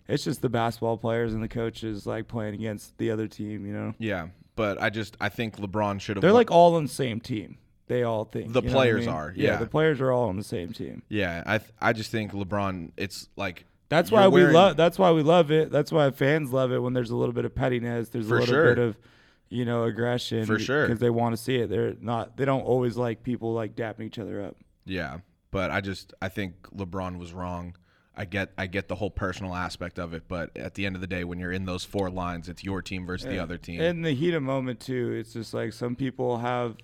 C: It's just the basketball players and the coaches like playing against the other team. You know,
B: Yeah, but I just I think LeBron should have.
C: they're like all on the same team. They all think
B: The
C: you know what I
B: players
C: mean?
B: are, yeah.
C: the players are all on the same team.
B: yeah, I th- I just think LeBron. It's like
C: That's
B: you're
C: why we
B: wearing-
C: love. That's why we love it. That's why fans love it when there's a little bit of pettiness. There's
B: For
C: a little
B: sure.
C: bit of, you know, aggression.
B: For sure.
C: because they want to see it. They're not. They don't always like people like dapping each other up.
B: Yeah, but I just I think LeBron was wrong. I get I get the whole personal aspect of it, but at the end of the day, when you're in those four lines, it's your team versus the other team.
C: in the heat of moment too it's just like some people have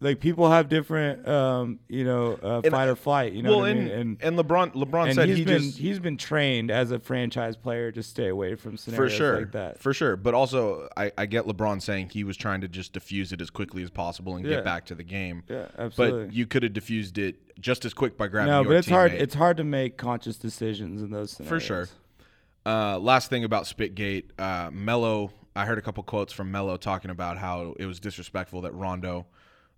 C: like people have different um you know uh, fight or flight you know
B: well,
C: what I
B: and,
C: mean?
B: and
C: and,
B: LeBron LeBron
C: and
B: said
C: he's
B: he
C: been
B: just
C: he's been trained as a franchise player to stay away from
B: for
C: scenarios
B: sure
C: like that
B: for sure. But also, I, I get LeBron saying he was trying to just diffuse it as quickly as possible and
C: Yeah.
B: get back to the game.
C: yeah absolutely
B: But you could have diffused it just as quick by grabbing.
C: no
B: your
C: but it's hard
B: teammate.
C: it's hard to make conscious decisions in those
B: for
C: scenarios
B: sure. Uh, last thing about Spitgate, uh, Mello. I heard a couple quotes from Mello talking about how it was disrespectful that Rondo,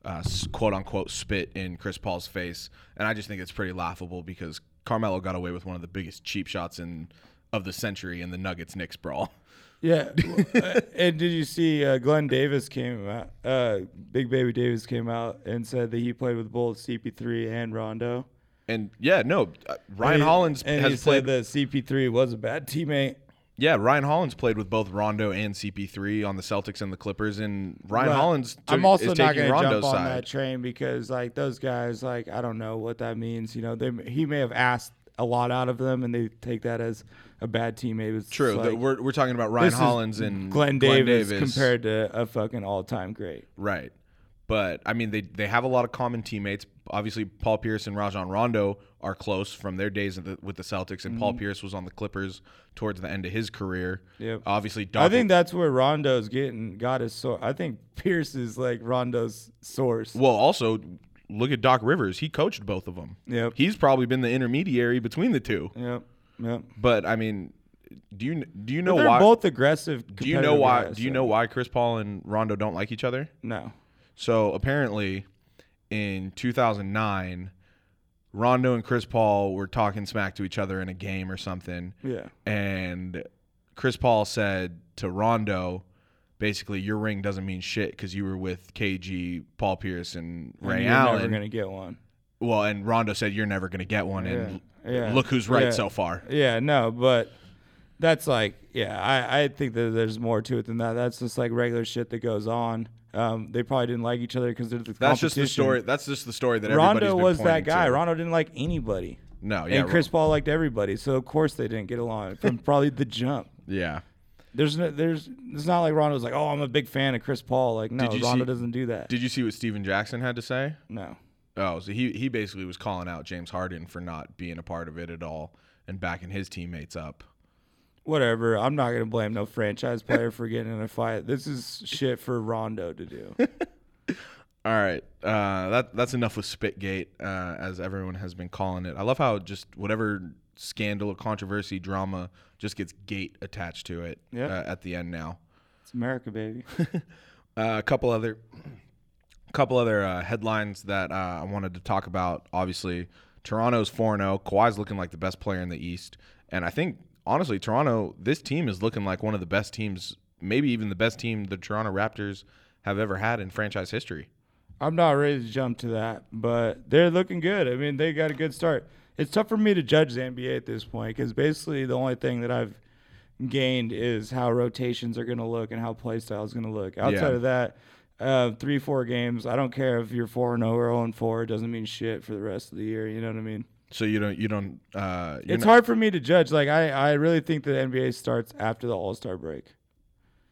B: uh, s- quote unquote, spit in Chris Paul's face, and I just think it's pretty laughable because Carmelo got away with one of the biggest cheap shots in of the century in the Nuggets Knicks brawl.
C: yeah Uh, [LAUGHS] and did you see uh, Glenn Davis came out uh Big Baby Davis came out and said that he played with both CP3 and Rondo
B: And yeah, no, uh, Ryan
C: He-
B: Hollins
C: and he
B: has played.
C: said that CP3 was a bad teammate
B: yeah, Ryan Hollins played with both Rondo and CP3 on the Celtics and the Clippers, and Ryan
C: But
B: Hollins. took-
C: I'm also
B: is
C: not
B: taking
C: gonna
B: Rondo's
C: jump on
B: side.
C: that train because like those guys, like I don't know what that means. You know, they he may have asked a lot out of them, and they take that as a bad teammate. It's
B: True.
C: like,
B: that we're, we're talking about Ryan
C: this is
B: Hollins and
C: Glenn Davis, compared to a fucking all time great.
B: Right. But I mean, they they have a lot of common teammates. Obviously, Paul Pierce and Rajon Rondo are close from their days at the, with the Celtics, and
C: Mhm.
B: Paul Pierce was on the Clippers towards the end of his career.
C: Yep.
B: Obviously,
C: I
B: Doc,
C: think that's where Rondo's getting got his source. I think Pierce is like Rondo's source.
B: well, also look at Doc Rivers. He coached both of them.
C: Yep.
B: He's probably been the intermediary between the two.
C: Yep. Yep.
B: But I mean, do you do you know
C: They're
B: why?
C: both aggressive.
B: do you know why?
C: competitive
B: Do you
C: guys,
B: know why Chris Paul and Rondo don't like each other?
C: so- No.
B: So apparently, in 2009, Rondo and Chris Paul were talking smack to each other in a game or something,
C: Yeah.
B: and Chris Paul said to Rondo, basically, "Your ring doesn't mean shit because you were with KG, Paul Pierce, and
C: And
B: Ray
C: you're never
B: Allen."
C: gonna get one.
B: well, and Rondo said, "You're never gonna get one," and
C: Yeah, yeah,
B: look who's right
C: yeah.
B: so far.
C: Yeah, no, but that's like, yeah, I, I think that there's more to it than that. That's just like regular shit that goes on. Um, they probably didn't like each other because they're the
B: That's just the
C: competition.
B: story. That's just the story that everybody's
C: Rondo
B: been
C: was that
B: pointing
C: guy.
B: to.
C: Rondo didn't like anybody.
B: No, yeah,
C: and Chris Paul liked everybody, so of course they didn't get
B: [LAUGHS]
C: along from probably the jump.
B: yeah.
C: There's no, there's it's not like Rondo's like, oh, I'm a big fan of Chris Paul. Like, no,
B: Did you
C: Rondo
B: see-
C: doesn't do that.
B: Did you see what Steven Jackson had to say?
C: no,
B: Oh, so he he basically was calling out James Harden for not being a part of it at all and backing his teammates up.
C: whatever. I'm not gonna blame no franchise player for getting in a fight. This is shit for Rondo to
B: [LAUGHS]
C: do.
B: All right, uh, that that's enough with Spitgate, uh, as everyone has been calling it. I love how just whatever scandal, controversy, drama just gets gate attached to it
C: Yeah.
B: uh, at the end now.
C: It's America, baby.
B: Uh, a couple other, couple other uh, headlines that uh, I wanted to talk about. Obviously, Toronto's four zero. Kawhi's looking like the best player in the East, and I think honestly, Toronto this team is looking like one of the best teams, maybe even the best team the Toronto Raptors have ever had in franchise history.
C: I'm not ready to jump to that, but they're looking good. I mean, they got a good start. It's tough for me to judge the NBA at this point because basically the only thing that I've gained is how rotations are going to look and how play style is going to look. Outside
B: Yeah.
C: of that, uh, three, four games, I don't care if you're 4 0 or 0 4. It doesn't mean shit for the rest of the year. You know what I mean?
B: So you don't, you don't. Uh, you're
C: it's
B: not-
C: hard for me to judge. Like, I, I really think the NBA starts after the All Star break.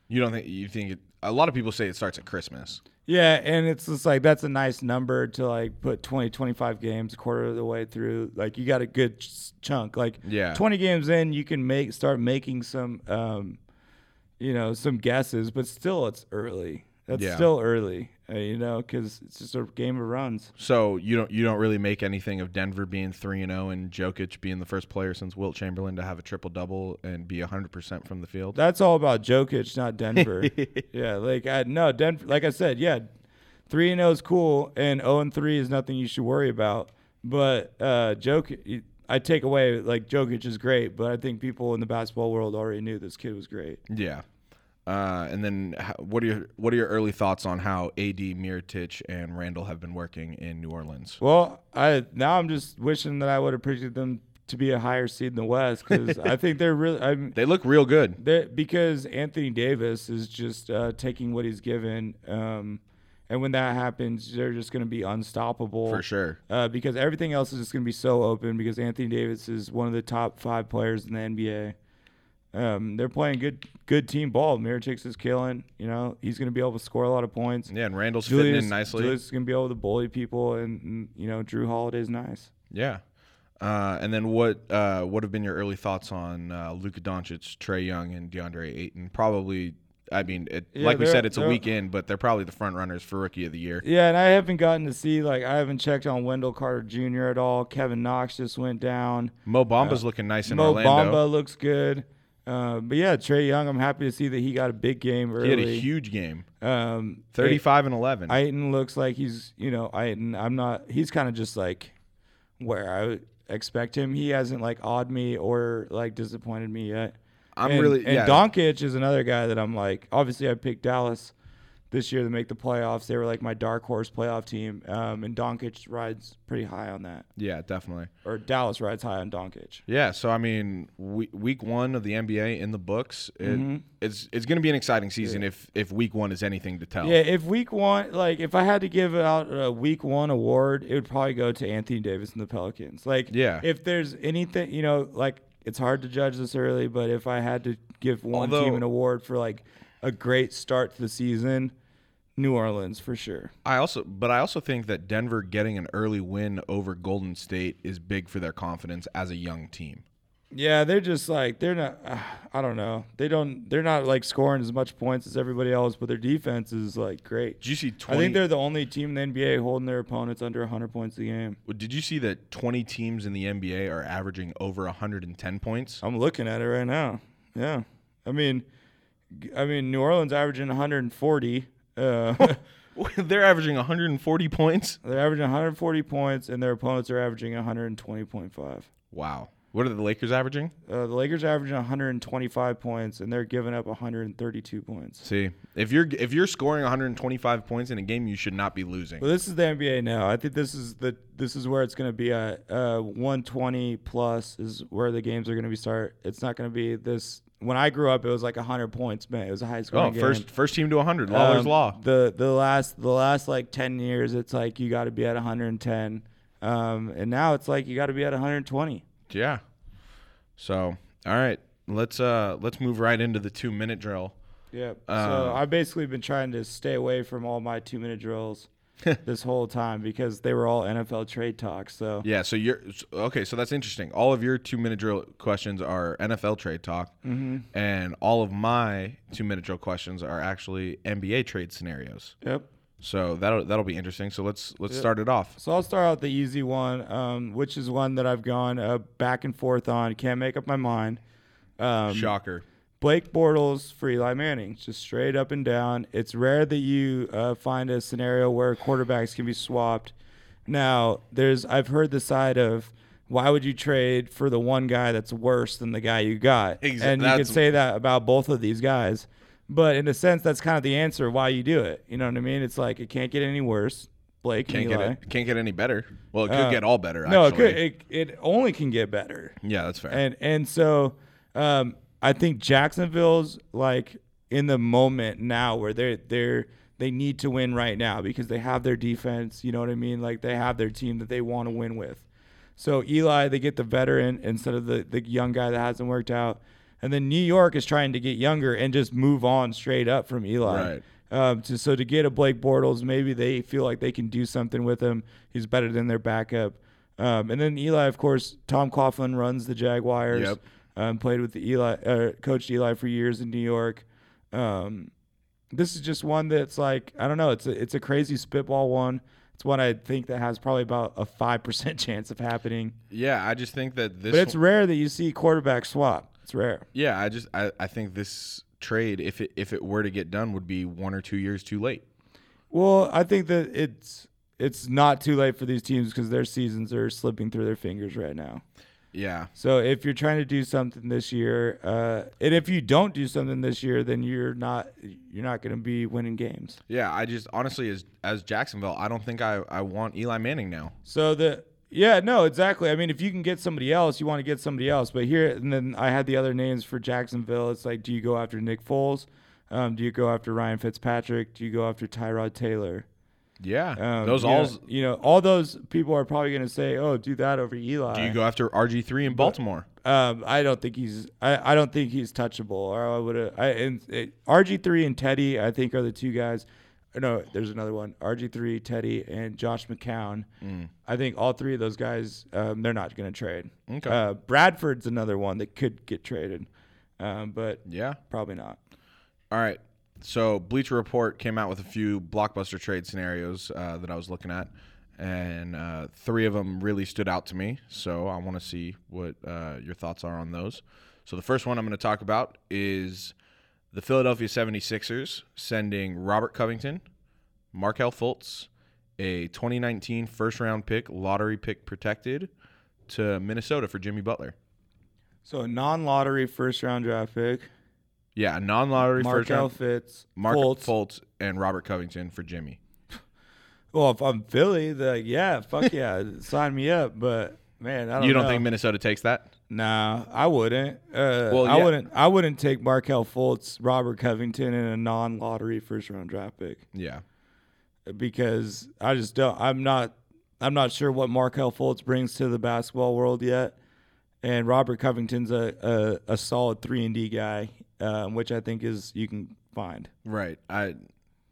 B: You don't think you think it, a lot of people say it starts at Christmas.
C: Yeah, and it's just like that's a nice number to like put 20, 25 games a quarter of the way through. Like you got a good ch- chunk. Like
B: Yeah.
C: 20 games in, you can make start making some um you know, some guesses, but still it's early. That's
B: Yeah.
C: still early, uh, you know, cuz it's just a game of runs.
B: So you don't you don't really make anything of Denver being three and zero and Jokic being the first player since Wilt Chamberlain to have a triple double and be hundred percent from the field.
C: That's all about Jokic,
B: [LAUGHS]
C: not Denver. yeah, like I no, Denver like I said, yeah. 3 and 0 is cool and 0 and 3 is nothing you should worry about. But uh Jokic I take away like Jokic is great, but I think people in the basketball world already knew this kid was great.
B: Yeah. Uh, and then how, what are your what are your early thoughts on how AD Miritich and Randall have been working in New Orleans?
C: Well, I now I'm just wishing that I would have predicted them to be a higher seed in the West because I think they're really [LAUGHS] I'm
B: They look real good.
C: they because Anthony Davis is just uh, taking what he's given, um, and when that happens, they're just going to be unstoppable
B: For sure.
C: Uh, because everything else is just going to be so open because Anthony Davis is one of the top five players in the NBA. Um, they're playing good good team ball. Miritich is killing. You know he's going to be able to score a lot of points.
B: Yeah, and Randall's fitting
C: Julius,
B: in nicely.
C: Julius is going to be able to bully people, and, and you know Drew Holiday's nice.
B: Yeah. Uh, and then what uh, what have been your early thoughts on uh, Luka Doncic, Trey Young, and DeAndre Ayton? Probably, I mean, it,
C: Yeah,
B: like we
C: they're-
B: said, it's a
C: they're-
B: weekend, but they're probably the front runners for Rookie of the Year.
C: Yeah, and I haven't gotten to see like I haven't checked on Wendell Carter Jr. at all. Kevin Knox just went down.
B: Mo Bamba's looking nice in
C: Mo
B: Orlando.
C: Bamba looks good. Uh, but yeah, Trey Young, I'm happy to see that he got a big game
B: He had a
C: early.
B: huge game,
C: um,
B: thirty-five and eleven.
C: Aiton looks like he's you know Aiton. I'm not. He's kind of just like where I would expect him. He hasn't like awed me or like disappointed me yet.
B: I'm
C: And-
B: really-
C: and
B: yeah.
C: Doncic is another guy that I'm like. Obviously, I picked Dallas this year to make the playoffs. They were like my dark horse playoff team, um, and Doncic rides pretty high on that,
B: yeah, definitely.
C: or Dallas rides high on Doncic.
B: Yeah, so I mean, we, week one of the NBA in the books. It,
C: Mm-hmm.
B: It's it's going to be an exciting season if if week one is anything to tell.
C: Yeah, if week one, like if I had to give out a week one award, it would probably go to Anthony Davis and the Pelicans. Like,
B: Yeah.
C: if there's anything, you know, like it's hard to judge this early, but if I had to give one team
B: Although-
C: an award for like a great start to the season, New Orleans for sure.
B: I also, but I also think that Denver getting an early win over Golden State is big for their confidence as a young team.
C: Yeah, they're just like they're not. Uh, I don't know. They don't. They're not like scoring as much points as everybody else, but their defense is like great.
B: Did you see
C: I
B: twenty?
C: think they're the only team in the NBA holding their opponents under 100 points a game.
B: Did you see that twenty teams in the NBA are averaging over hundred and ten points?
C: I'm looking at it right now. Yeah, I mean, g- I mean, New Orleans averaging 140.
B: [LAUGHS]
C: Uh, [LAUGHS]
B: they're averaging one hundred and forty points.
C: they're averaging 140 points, and their opponents are averaging 120.5.
B: Wow, What are the Lakers averaging?
C: Uh, the Lakers averaging 125 points, and they're giving up 132 points.
B: See, if you're if you're scoring 125 points in a game, you should not be losing.
C: But this is the NBA now. I think this is the this is where it's going to be at. Uh, 120 plus is where the games are going to be start. It's not going to be this. When I grew up, it was like 100 points, man. It was a high scoring
B: Oh,
C: game.
B: first first team to 100. Lawler's
C: Um,
B: law.
C: The the last the last like ten years, it's like you got to be at 110, um, and now it's like you got to be at 120.
B: Yeah. So, all right, let's uh let's move right into the 2 minute drill.
C: Yep.
B: Uh,
C: so I've basically been trying to stay away from all my two minute [LAUGHS] drills this whole time because they were all NFL trade talks. So
B: Yeah, so you're s- okay, so that's interesting. All of your 2 minute drill questions are NFL trade talk,
C: Mm-hmm.
B: and all of my 2 minute drill questions are actually NBA trade scenarios.
C: yep.
B: So, that'll that'll be interesting. So, let's let's start it off.
C: So I'll start out the easy one, um, which is one that I've gone uh, back and forth on. Can't make up my mind. Um,
B: Shocker.
C: Blake Bortles for Eli Manning, just straight up and down. It's rare that you uh, find a scenario where quarterbacks can be swapped. Now, there's I've heard the side of why would you trade for the one guy that's worse than the guy you got?
B: Exa-
C: and you could
B: that's-
C: say that about both of these guys, but in a sense, that's kind of the answer why you do it. You know what I mean? It's like it can't get any worse. Blake and
B: Can't
C: Eli.
B: get it. Can't get any better. Well, it could
C: Uh,
B: get all better.
C: No, it
B: actually.
C: could. It, it only can get better.
B: yeah, that's fair.
C: And and so um, I think Jacksonville's like in the moment now where they're they're they need to win right now because they have their defense, you know what I mean? Like they have their team that they want to win with. So Eli, they get the veteran instead of the, the young guy that hasn't worked out. And then New York is trying to get younger and just move on straight up from Eli.
B: Right.
C: Um, to, so to get a Blake Bortles, maybe they feel like they can do something with him. He's better than their backup. Um, and then Eli, of course, Tom Coughlin runs the Jaguars.
B: Yep.
C: Um, played with the Eli, uh, coached Eli for years in New York. Um, this is just one that's like I don't know. It's a, it's a crazy spitball one. It's one I think that has probably about a five percent [LAUGHS] chance of happening.
B: yeah, I just think that this.
C: But it's
B: one-
C: rare that you see quarterback swap. It's rare.
B: yeah, I just I, I think this trade, if it if it were to get done, would be one or two years too late.
C: Well, I think that it's it's not too late for these teams because their seasons are slipping through their fingers right now.
B: Yeah,
C: So if you're trying to do something this year, uh, and if you don't do something this year, then you're not you're not going to be winning games.
B: yeah. I just honestly, as as Jacksonville, I don't think I I want Eli Manning now.
C: So the yeah, no, exactly. I mean, if you can get somebody else, you want to get somebody else. But here, and then I had the other names for Jacksonville. It's like, do you go after Nick Foles? Um, do you go after Ryan Fitzpatrick? Do you go after Tyrod Taylor?
B: Yeah,
C: Um,
B: those
C: you
B: all.
C: know, you know, all those people are probably going to say, "Oh, do that over Eli."
B: Do you go after RG three in Baltimore?
C: Um, I don't think he's. I, I don't think he's touchable. Or I would. I and it, RG three and Teddy. I think are the two guys. No, there's another one. RG three, Teddy, and Josh McCown.
B: Mm.
C: I think all three of those guys. Um, they're not going to trade.
B: Okay.
C: Uh, Bradford's another one that could get traded, um, but
B: Yeah.
C: probably not.
B: All right. So Bleacher Report came out with a few blockbuster trade scenarios uh, that I was looking at, and uh, three of them really stood out to me. So I want to see what uh, your thoughts are on those. So the first one I'm going to talk about is the Philadelphia 76ers sending Robert Covington, Markel Fultz, a 2019 first round pick, lottery pick protected, to Minnesota for Jimmy Butler.
C: So a non-lottery first round draft pick.
B: Yeah, a non lottery first
C: Markel
B: round.
C: Fitz.
B: Mark
C: Fultz.
B: Fultz and Robert Covington for Jimmy.
C: Well, if I'm Philly, the
B: [LAUGHS]
C: yeah, fuck yeah, sign me up. But man, I don't.
B: you don't
C: know.
B: think Minnesota takes that?
C: Nah, I wouldn't. Uh,
B: Well,
C: I
B: yeah.
C: wouldn't. I wouldn't take Markel Fultz, Robert Covington, and a non-lottery first-round draft pick
B: Yeah.
C: because I just don't. I'm not. I'm not sure what Markel Fultz brings to the basketball world yet. And Robert Covington's a a, a solid three and D guy, um, which I think is you can find.
B: Right. I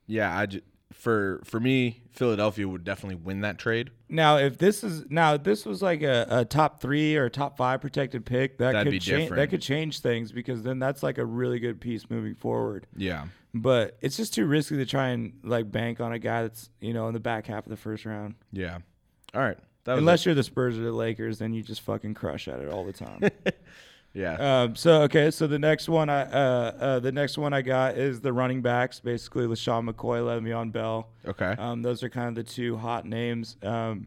B: yeah, I ju- for for me Philadelphia would definitely win that trade.
C: Now, if this is now, if this was like a, a top three or a top five protected pick, that
B: That'd
C: could
B: be
C: change. That
B: different.
C: could change things because then that's like a really good piece moving forward.
B: Yeah.
C: but it's just too risky to try and like bank on a guy that's you know in the back half of the first round.
B: Yeah. All right. That was
C: Unless you're the Spurs or the Lakers, then you just fucking crush at it all the time.
B: [LAUGHS] it. yeah.
C: um, so okay, so the next one I uh, uh, the next one I got is the running backs, basically LaShawn McCoy, Le'Veon Bell.
B: okay.
C: Um, those are kind of the two hot names. Um,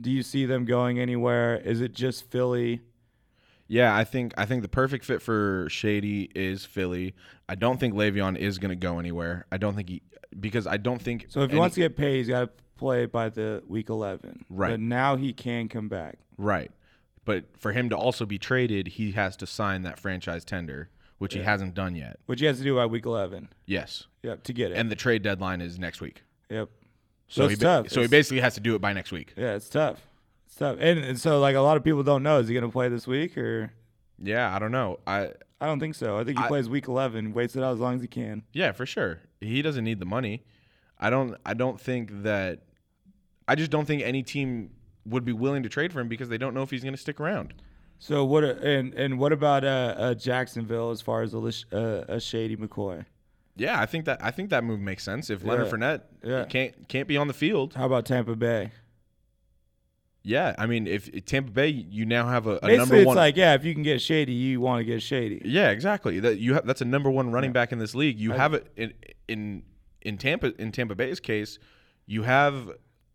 C: do you see them going anywhere? Is it just Philly?
B: Yeah, I think I think the perfect fit for Shady is Philly. I don't think Le'Veon is going to go anywhere. I don't think he because I don't think
C: So if he
B: any-
C: wants to get paid, he's got to play by the week 11.
B: Right.
C: But now he can come back.
B: right, but for him to also be traded, he has to sign that franchise tender, which he hasn't done yet.
C: Which he has to do by week 11.
B: Yes,
C: Yep, to get it.
B: and the trade deadline is next week.
C: yep.
B: So he
C: That's tough.
B: so he
C: It's-
B: basically has to do it by next week.
C: Yeah, it's tough. It's tough. And, and so, like, a lot of people don't know is he going to play this week or.
B: Yeah, I don't know. I
C: I don't think so. I think he plays week 11, waits it out as long as he can.
B: Yeah, for sure. He doesn't need the money. I don't I don't think that I just don't think any team would be willing to trade for him because they don't know if he's going to stick around.
C: So what? And and what about uh, uh Jacksonville as far as a, lish- uh, a shady McCoy?
B: Yeah, I think that I think that move makes sense. If Leonard
C: Yeah.
B: Fournette
C: Yeah.
B: can't can't be on the field,
C: How about Tampa Bay?
B: yeah, I mean, if Tampa Bay, you now have a, a
C: Basically,
B: number
C: it's
B: one.
C: like yeah, if you can get shady, you want to get shady.
B: yeah, exactly. That you have that's a number one running back in this league. You have it in in in Tampa in Tampa Bay's case, you have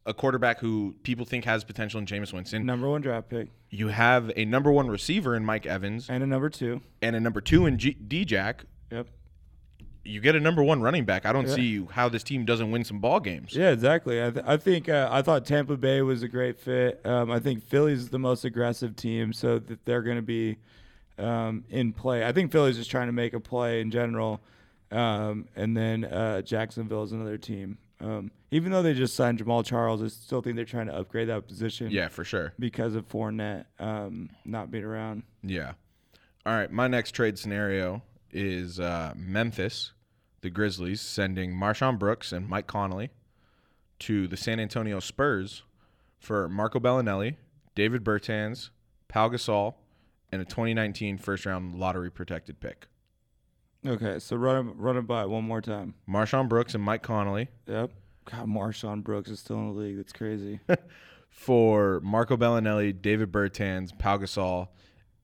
B: a quarterback who people think has potential in Jameis Winston.
C: Number one draft pick
B: You have a number one receiver in Mike Evans.
C: and a number two.
B: and a number two in G- D Jack,
C: Yep.
B: you get a number one running back. I don't see how this team doesn't win some ball games.
C: Yeah, exactly. I, th- I think uh, I thought Tampa Bay was a great fit. Um, I think Philly's the most aggressive team, so that they're going to be um, in play. I think Philly's just trying to make a play in general, um, and then uh, Jacksonville is another team. Um, even though they just signed Jamal Charles, I still think they're trying to upgrade that position.
B: Yeah, for sure.
C: because of Fournette um, not being around.
B: Yeah. All right. My next trade scenario is uh, Memphis, the Grizzlies, sending Marshawn Brooks and Mike Connolly to the San Antonio Spurs for Marco Bellinelli, David Bertans, Pau Gasol, and a 2019 first round lottery protected pick.
C: Okay, so run 'em- run 'em by one more time.
B: Marshawn Brooks and Mike Connolly
C: Yep. God, Marshawn Brooks is still in the league. That's crazy.
B: for Marco Bellinelli, David Bertans, Pau Gasol,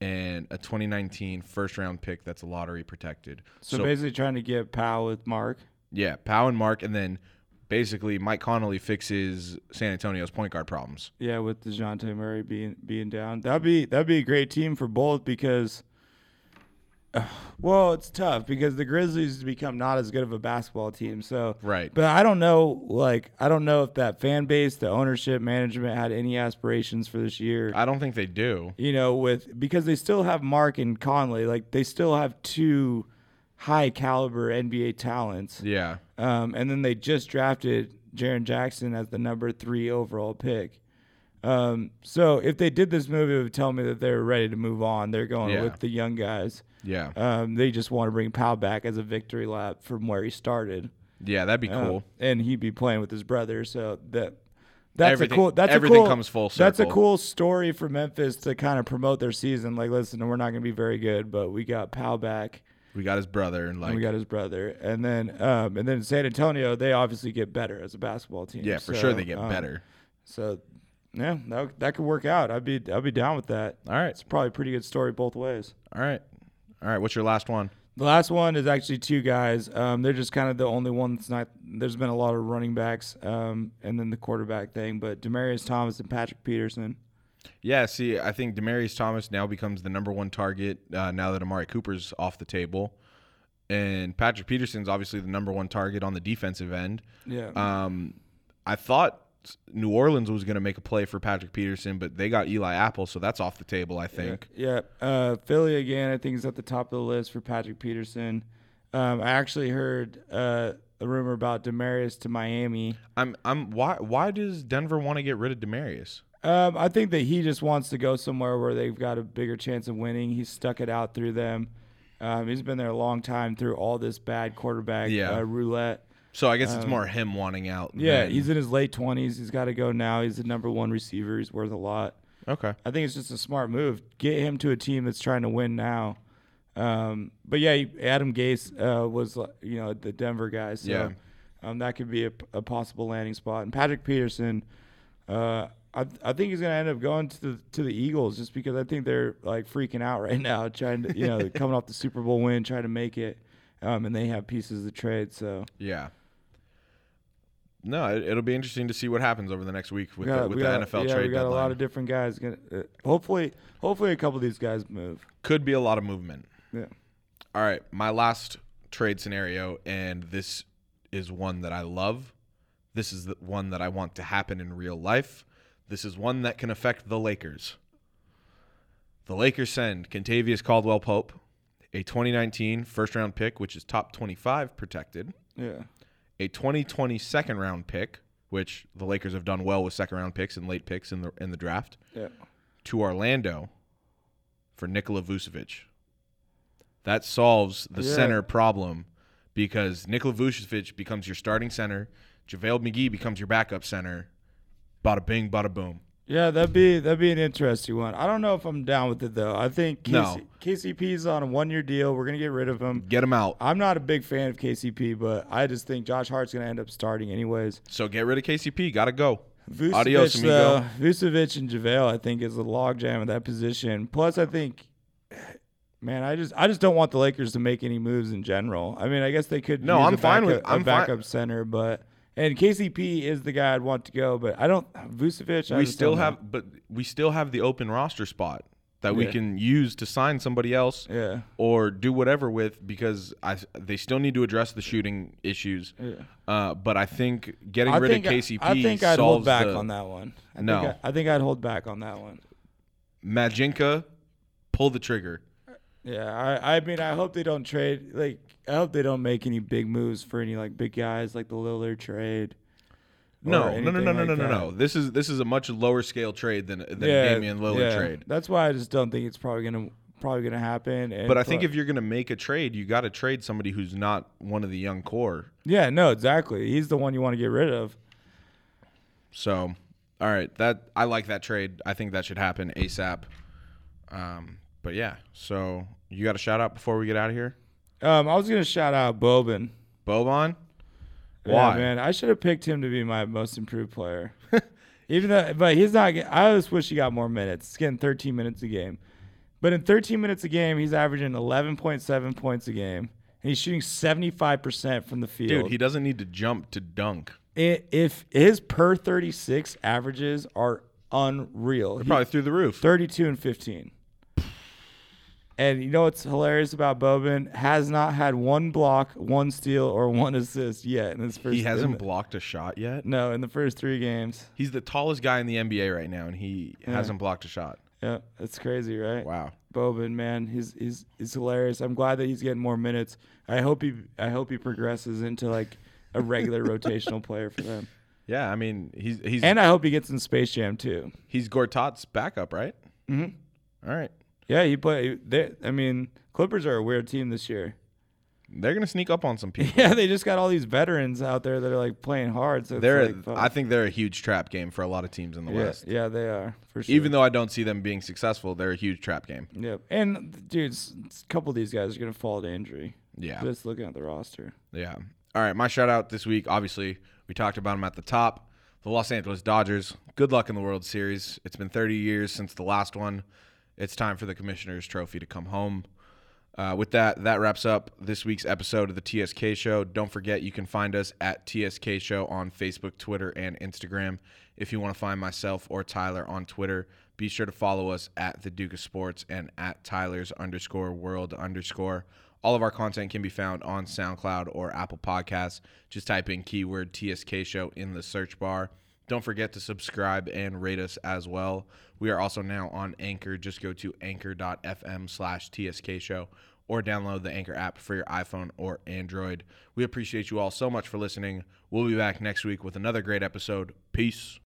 B: and a 2019 first round pick that's lottery protected.
C: [LAUGHS] So,
B: So,
C: basically, trying to get Powell with Mark.
B: yeah, Pau and Mark, and then basically Mike Connolly fixes San Antonio's point guard problems.
C: Yeah, with Dejounte Murray being being down, that'd be that'd be a great team for both because, [SIGHS] well, it's tough because the Grizzlies become not as good of a basketball team. So
B: Right.
C: but I don't know, like I don't know if that fan base, the ownership, management had any aspirations for this year.
B: I don't think they do.
C: you know, with because they still have Mark and Conley, like they still have two high caliber NBA talents.
B: Yeah.
C: Um, and then they just drafted Jaron Jackson as the number three overall pick. Um, so if they did this move, it would tell me that they're ready to move on. They're going
B: Yeah.
C: with the young guys.
B: Yeah.
C: Um, they just want to bring Powell back as a victory lap from where he started.
B: Yeah, that'd be
C: Uh,
B: cool.
C: and he'd be playing with his brother. So that that's
B: Everything-
C: a cool. That's
B: everything
C: a cool,
B: comes full
C: That's a
B: circle.
C: cool story for Memphis to kind of promote their season. Like, listen, we're not going to be very good, but we got Powell back
B: we got his brother and like
C: and we got his brother, and then um, and then San Antonio. They obviously get better as a basketball team.
B: Yeah, for
C: So,
B: sure they get
C: um,
B: better.
C: So yeah, that that could work out. I'd be I'd be down with that.
B: All right.
C: It's probably a pretty good story both ways.
B: All right. All right, what's your last one?
C: The last one is actually two guys. Um, they're just kind of the only one that's not. There's been a lot of running backs, um, and then the quarterback thing. But Demarius Thomas and Patrick Peterson.
B: Yeah, see, I think Demarius Thomas now becomes the number one target uh, now that Amari Cooper's off the table, and Patrick Peterson's obviously the number one target on the defensive end.
C: Yeah.
B: Um, I thought New Orleans was going to make a play for Patrick Peterson, but they got Eli Apple, so that's off the table. I think.
C: Yeah, uh, Philly again. I think is at the top of the list for Patrick Peterson. Um, I actually heard uh, a rumor about Demarius to Miami.
B: I'm. I'm. Why? Why does Denver want to get rid of Demarius?
C: Um, I think that he just wants to go somewhere where they've got a bigger chance of winning. He's stuck it out through them. Um, he's been there a long time through all this bad quarterback
B: Yeah.
C: uh, roulette.
B: So I guess it's more him wanting out.
C: Um, Yeah,
B: than-
C: he's in his late twenties. He's got to go now. He's the number one receiver. He's worth a lot.
B: okay.
C: I think it's just a smart move. Get him to a team that's trying to win now. Um, but yeah, you- Adam Gase uh, was like, you know the Denver guy, so
B: Yeah.
C: um, that could be a, a possible landing spot. And Patrick Peterson, uh, I, I think he's going to end up going to the to the Eagles just because I think they're like freaking out [LAUGHS] right now, trying to you know coming off the Super Bowl win, trying to make it, um, and they have pieces to trade. So
B: Yeah. No, it, it'll be interesting to see what happens over the next week with
C: Got-
B: the, with
C: we
B: the
C: got-
B: NFL
C: yeah,
B: trade
C: we got
B: deadline.
C: a lot of different guys. Gonna, uh, hopefully, hopefully a couple of these guys move.
B: Could be a lot of movement.
C: Yeah.
B: All right, my last trade scenario, and this is one that I love. This is the one that I want to happen in real life. This is one that can affect the Lakers. The Lakers send Contavious Caldwell Pope, a 2019 first round pick, which is top 25 protected,
C: Yeah.
B: a 2020 second round pick, which the Lakers have done well with second round picks and late picks in the in the draft,
C: Yeah.
B: to Orlando for Nikola Vucevic. That solves the
C: Yeah.
B: center problem because Nikola Vucevic becomes your starting center. JaVale McGee becomes your backup center. Bada bing, bada boom.
C: Yeah, that'd be that'd be an interesting one. I don't know if I'm down with it though. I think KC,
B: No.
C: KCP's on a one year deal. We're gonna get rid of him.
B: Get him out.
C: I'm not a big fan of KCP, but I just think Josh Hart's gonna end up starting anyways.
B: So get rid of KCP. Gotta go.
C: Vucevic,
B: Adios, amigo.
C: though, Vucevic and JaVale, I think, is a logjam at that position. Plus, I think, man, I just I just don't want the Lakers to make any moves in general. I mean, I guess they could.
B: No,
C: use
B: I'm
C: a
B: fine with-
C: backup-
B: I'm
C: a
B: fine-
C: backup center, but and KCP is the guy I'd want to go, but I don't Vucevic. I
B: we
C: just
B: still
C: don't know.
B: have, but we still have the open roster spot that we
C: Yeah.
B: can use to sign somebody else
C: Yeah.
B: or do whatever with because I they still need to address the shooting issues. Uh, but I think getting
C: I
B: rid
C: think
B: of KCP
C: I think I'd
B: solves
C: hold back
B: the-
C: on that one. I
B: No.
C: think I, I think I'd hold back on that one.
B: Majinka, pull the trigger.
C: Yeah, I, I mean, I hope they don't trade. Like, I hope they don't make any big moves for any like big guys, like the Lillard trade. or
B: No, no, no,
C: anything
B: no, no,
C: like
B: no, no,
C: that.
B: no. This is this is a much lower scale trade than than a Damian Lillard
C: yeah.
B: trade.
C: That's why I just don't think it's probably gonna probably gonna happen. And
B: But I think
C: pro-
B: if you're gonna make a trade, you got to trade somebody who's not one of the young core.
C: yeah, no, exactly. He's the one you want to get rid of.
B: So, all right, that I like that trade. I think that should happen ASAP. Um, but yeah, so you got a shout out before we get out of here,
C: Um, I was gonna shout out Bobin.
B: Boban.
C: Yeah,
B: Why?
C: man? I should have picked him to be my most improved player. [LAUGHS] Even though, but he's not. get- I just wish he got more minutes. He's getting 13 minutes a game, but in 13 minutes a game, he's averaging 11.7 points a game, and he's shooting 75 percent from the field.
B: Dude, he doesn't need to jump to dunk.
C: I- if his per 36 averages are unreal, He-
B: Probably through the roof.
C: 32 and 15. And you know what's hilarious about Bobin? Has not had one block, one steal, or one assist yet in his first.
B: He
C: in
B: hasn't
C: the-
B: blocked a shot yet.
C: no, in the first three games.
B: He's the tallest guy in the NBA right now, and he hasn't blocked a shot.
C: Yeah, that's crazy, right?
B: Wow.
C: Bobin, man, he's he's he's hilarious. I'm glad that he's getting more minutes. I hope he I hope he progresses into like
B: [LAUGHS]
C: a regular rotational player for them.
B: Yeah, I mean he's he's
C: And I hope he gets in Space Jam too.
B: he's Gortat's backup, right? Mm-hmm. right,
C: Yeah, he play. They, I mean, Clippers are a weird team this year. [LAUGHS]
B: they're gonna sneak up on [LAUGHS] some people.
C: Yeah, they just got all these veterans out there that are like playing hard. So it's,
B: They're
C: like, fuck.
B: I think they're a huge trap game for a lot of teams in the
C: yeah,
B: West.
C: yeah, they are for sure.
B: Even though I don't see them being successful, they're a huge trap game.
C: yeah, and dude, s- s- a couple of these guys are gonna fall to injury.
B: Yeah.
C: just looking at the roster.
B: Yeah. All right. My shout out this week, obviously, we talked about them at the top. The Los Angeles Dodgers. Good luck in the World Series. It's been 30 years since the last one. It's time for the Commissioner's Trophy to come home. Uh, with that, that wraps up this week's episode of the TSK Show. Don't forget, you can find us at TSK Show on Facebook, Twitter, and Instagram. If you want to find myself or Tyler on Twitter, be sure to follow us at the Duke of Sports and at Tyler's underscore world underscore. All of our content can be found on SoundCloud or Apple Podcasts. Just type in keyword TSK Show in the search bar. Don't forget to subscribe and rate us as well. We are also now on Anchor. Just go to anchor.fm slash TSK Show or download the Anchor app for your iPhone or Android. We appreciate you all so much for listening. We'll be back next week with another great episode. Peace.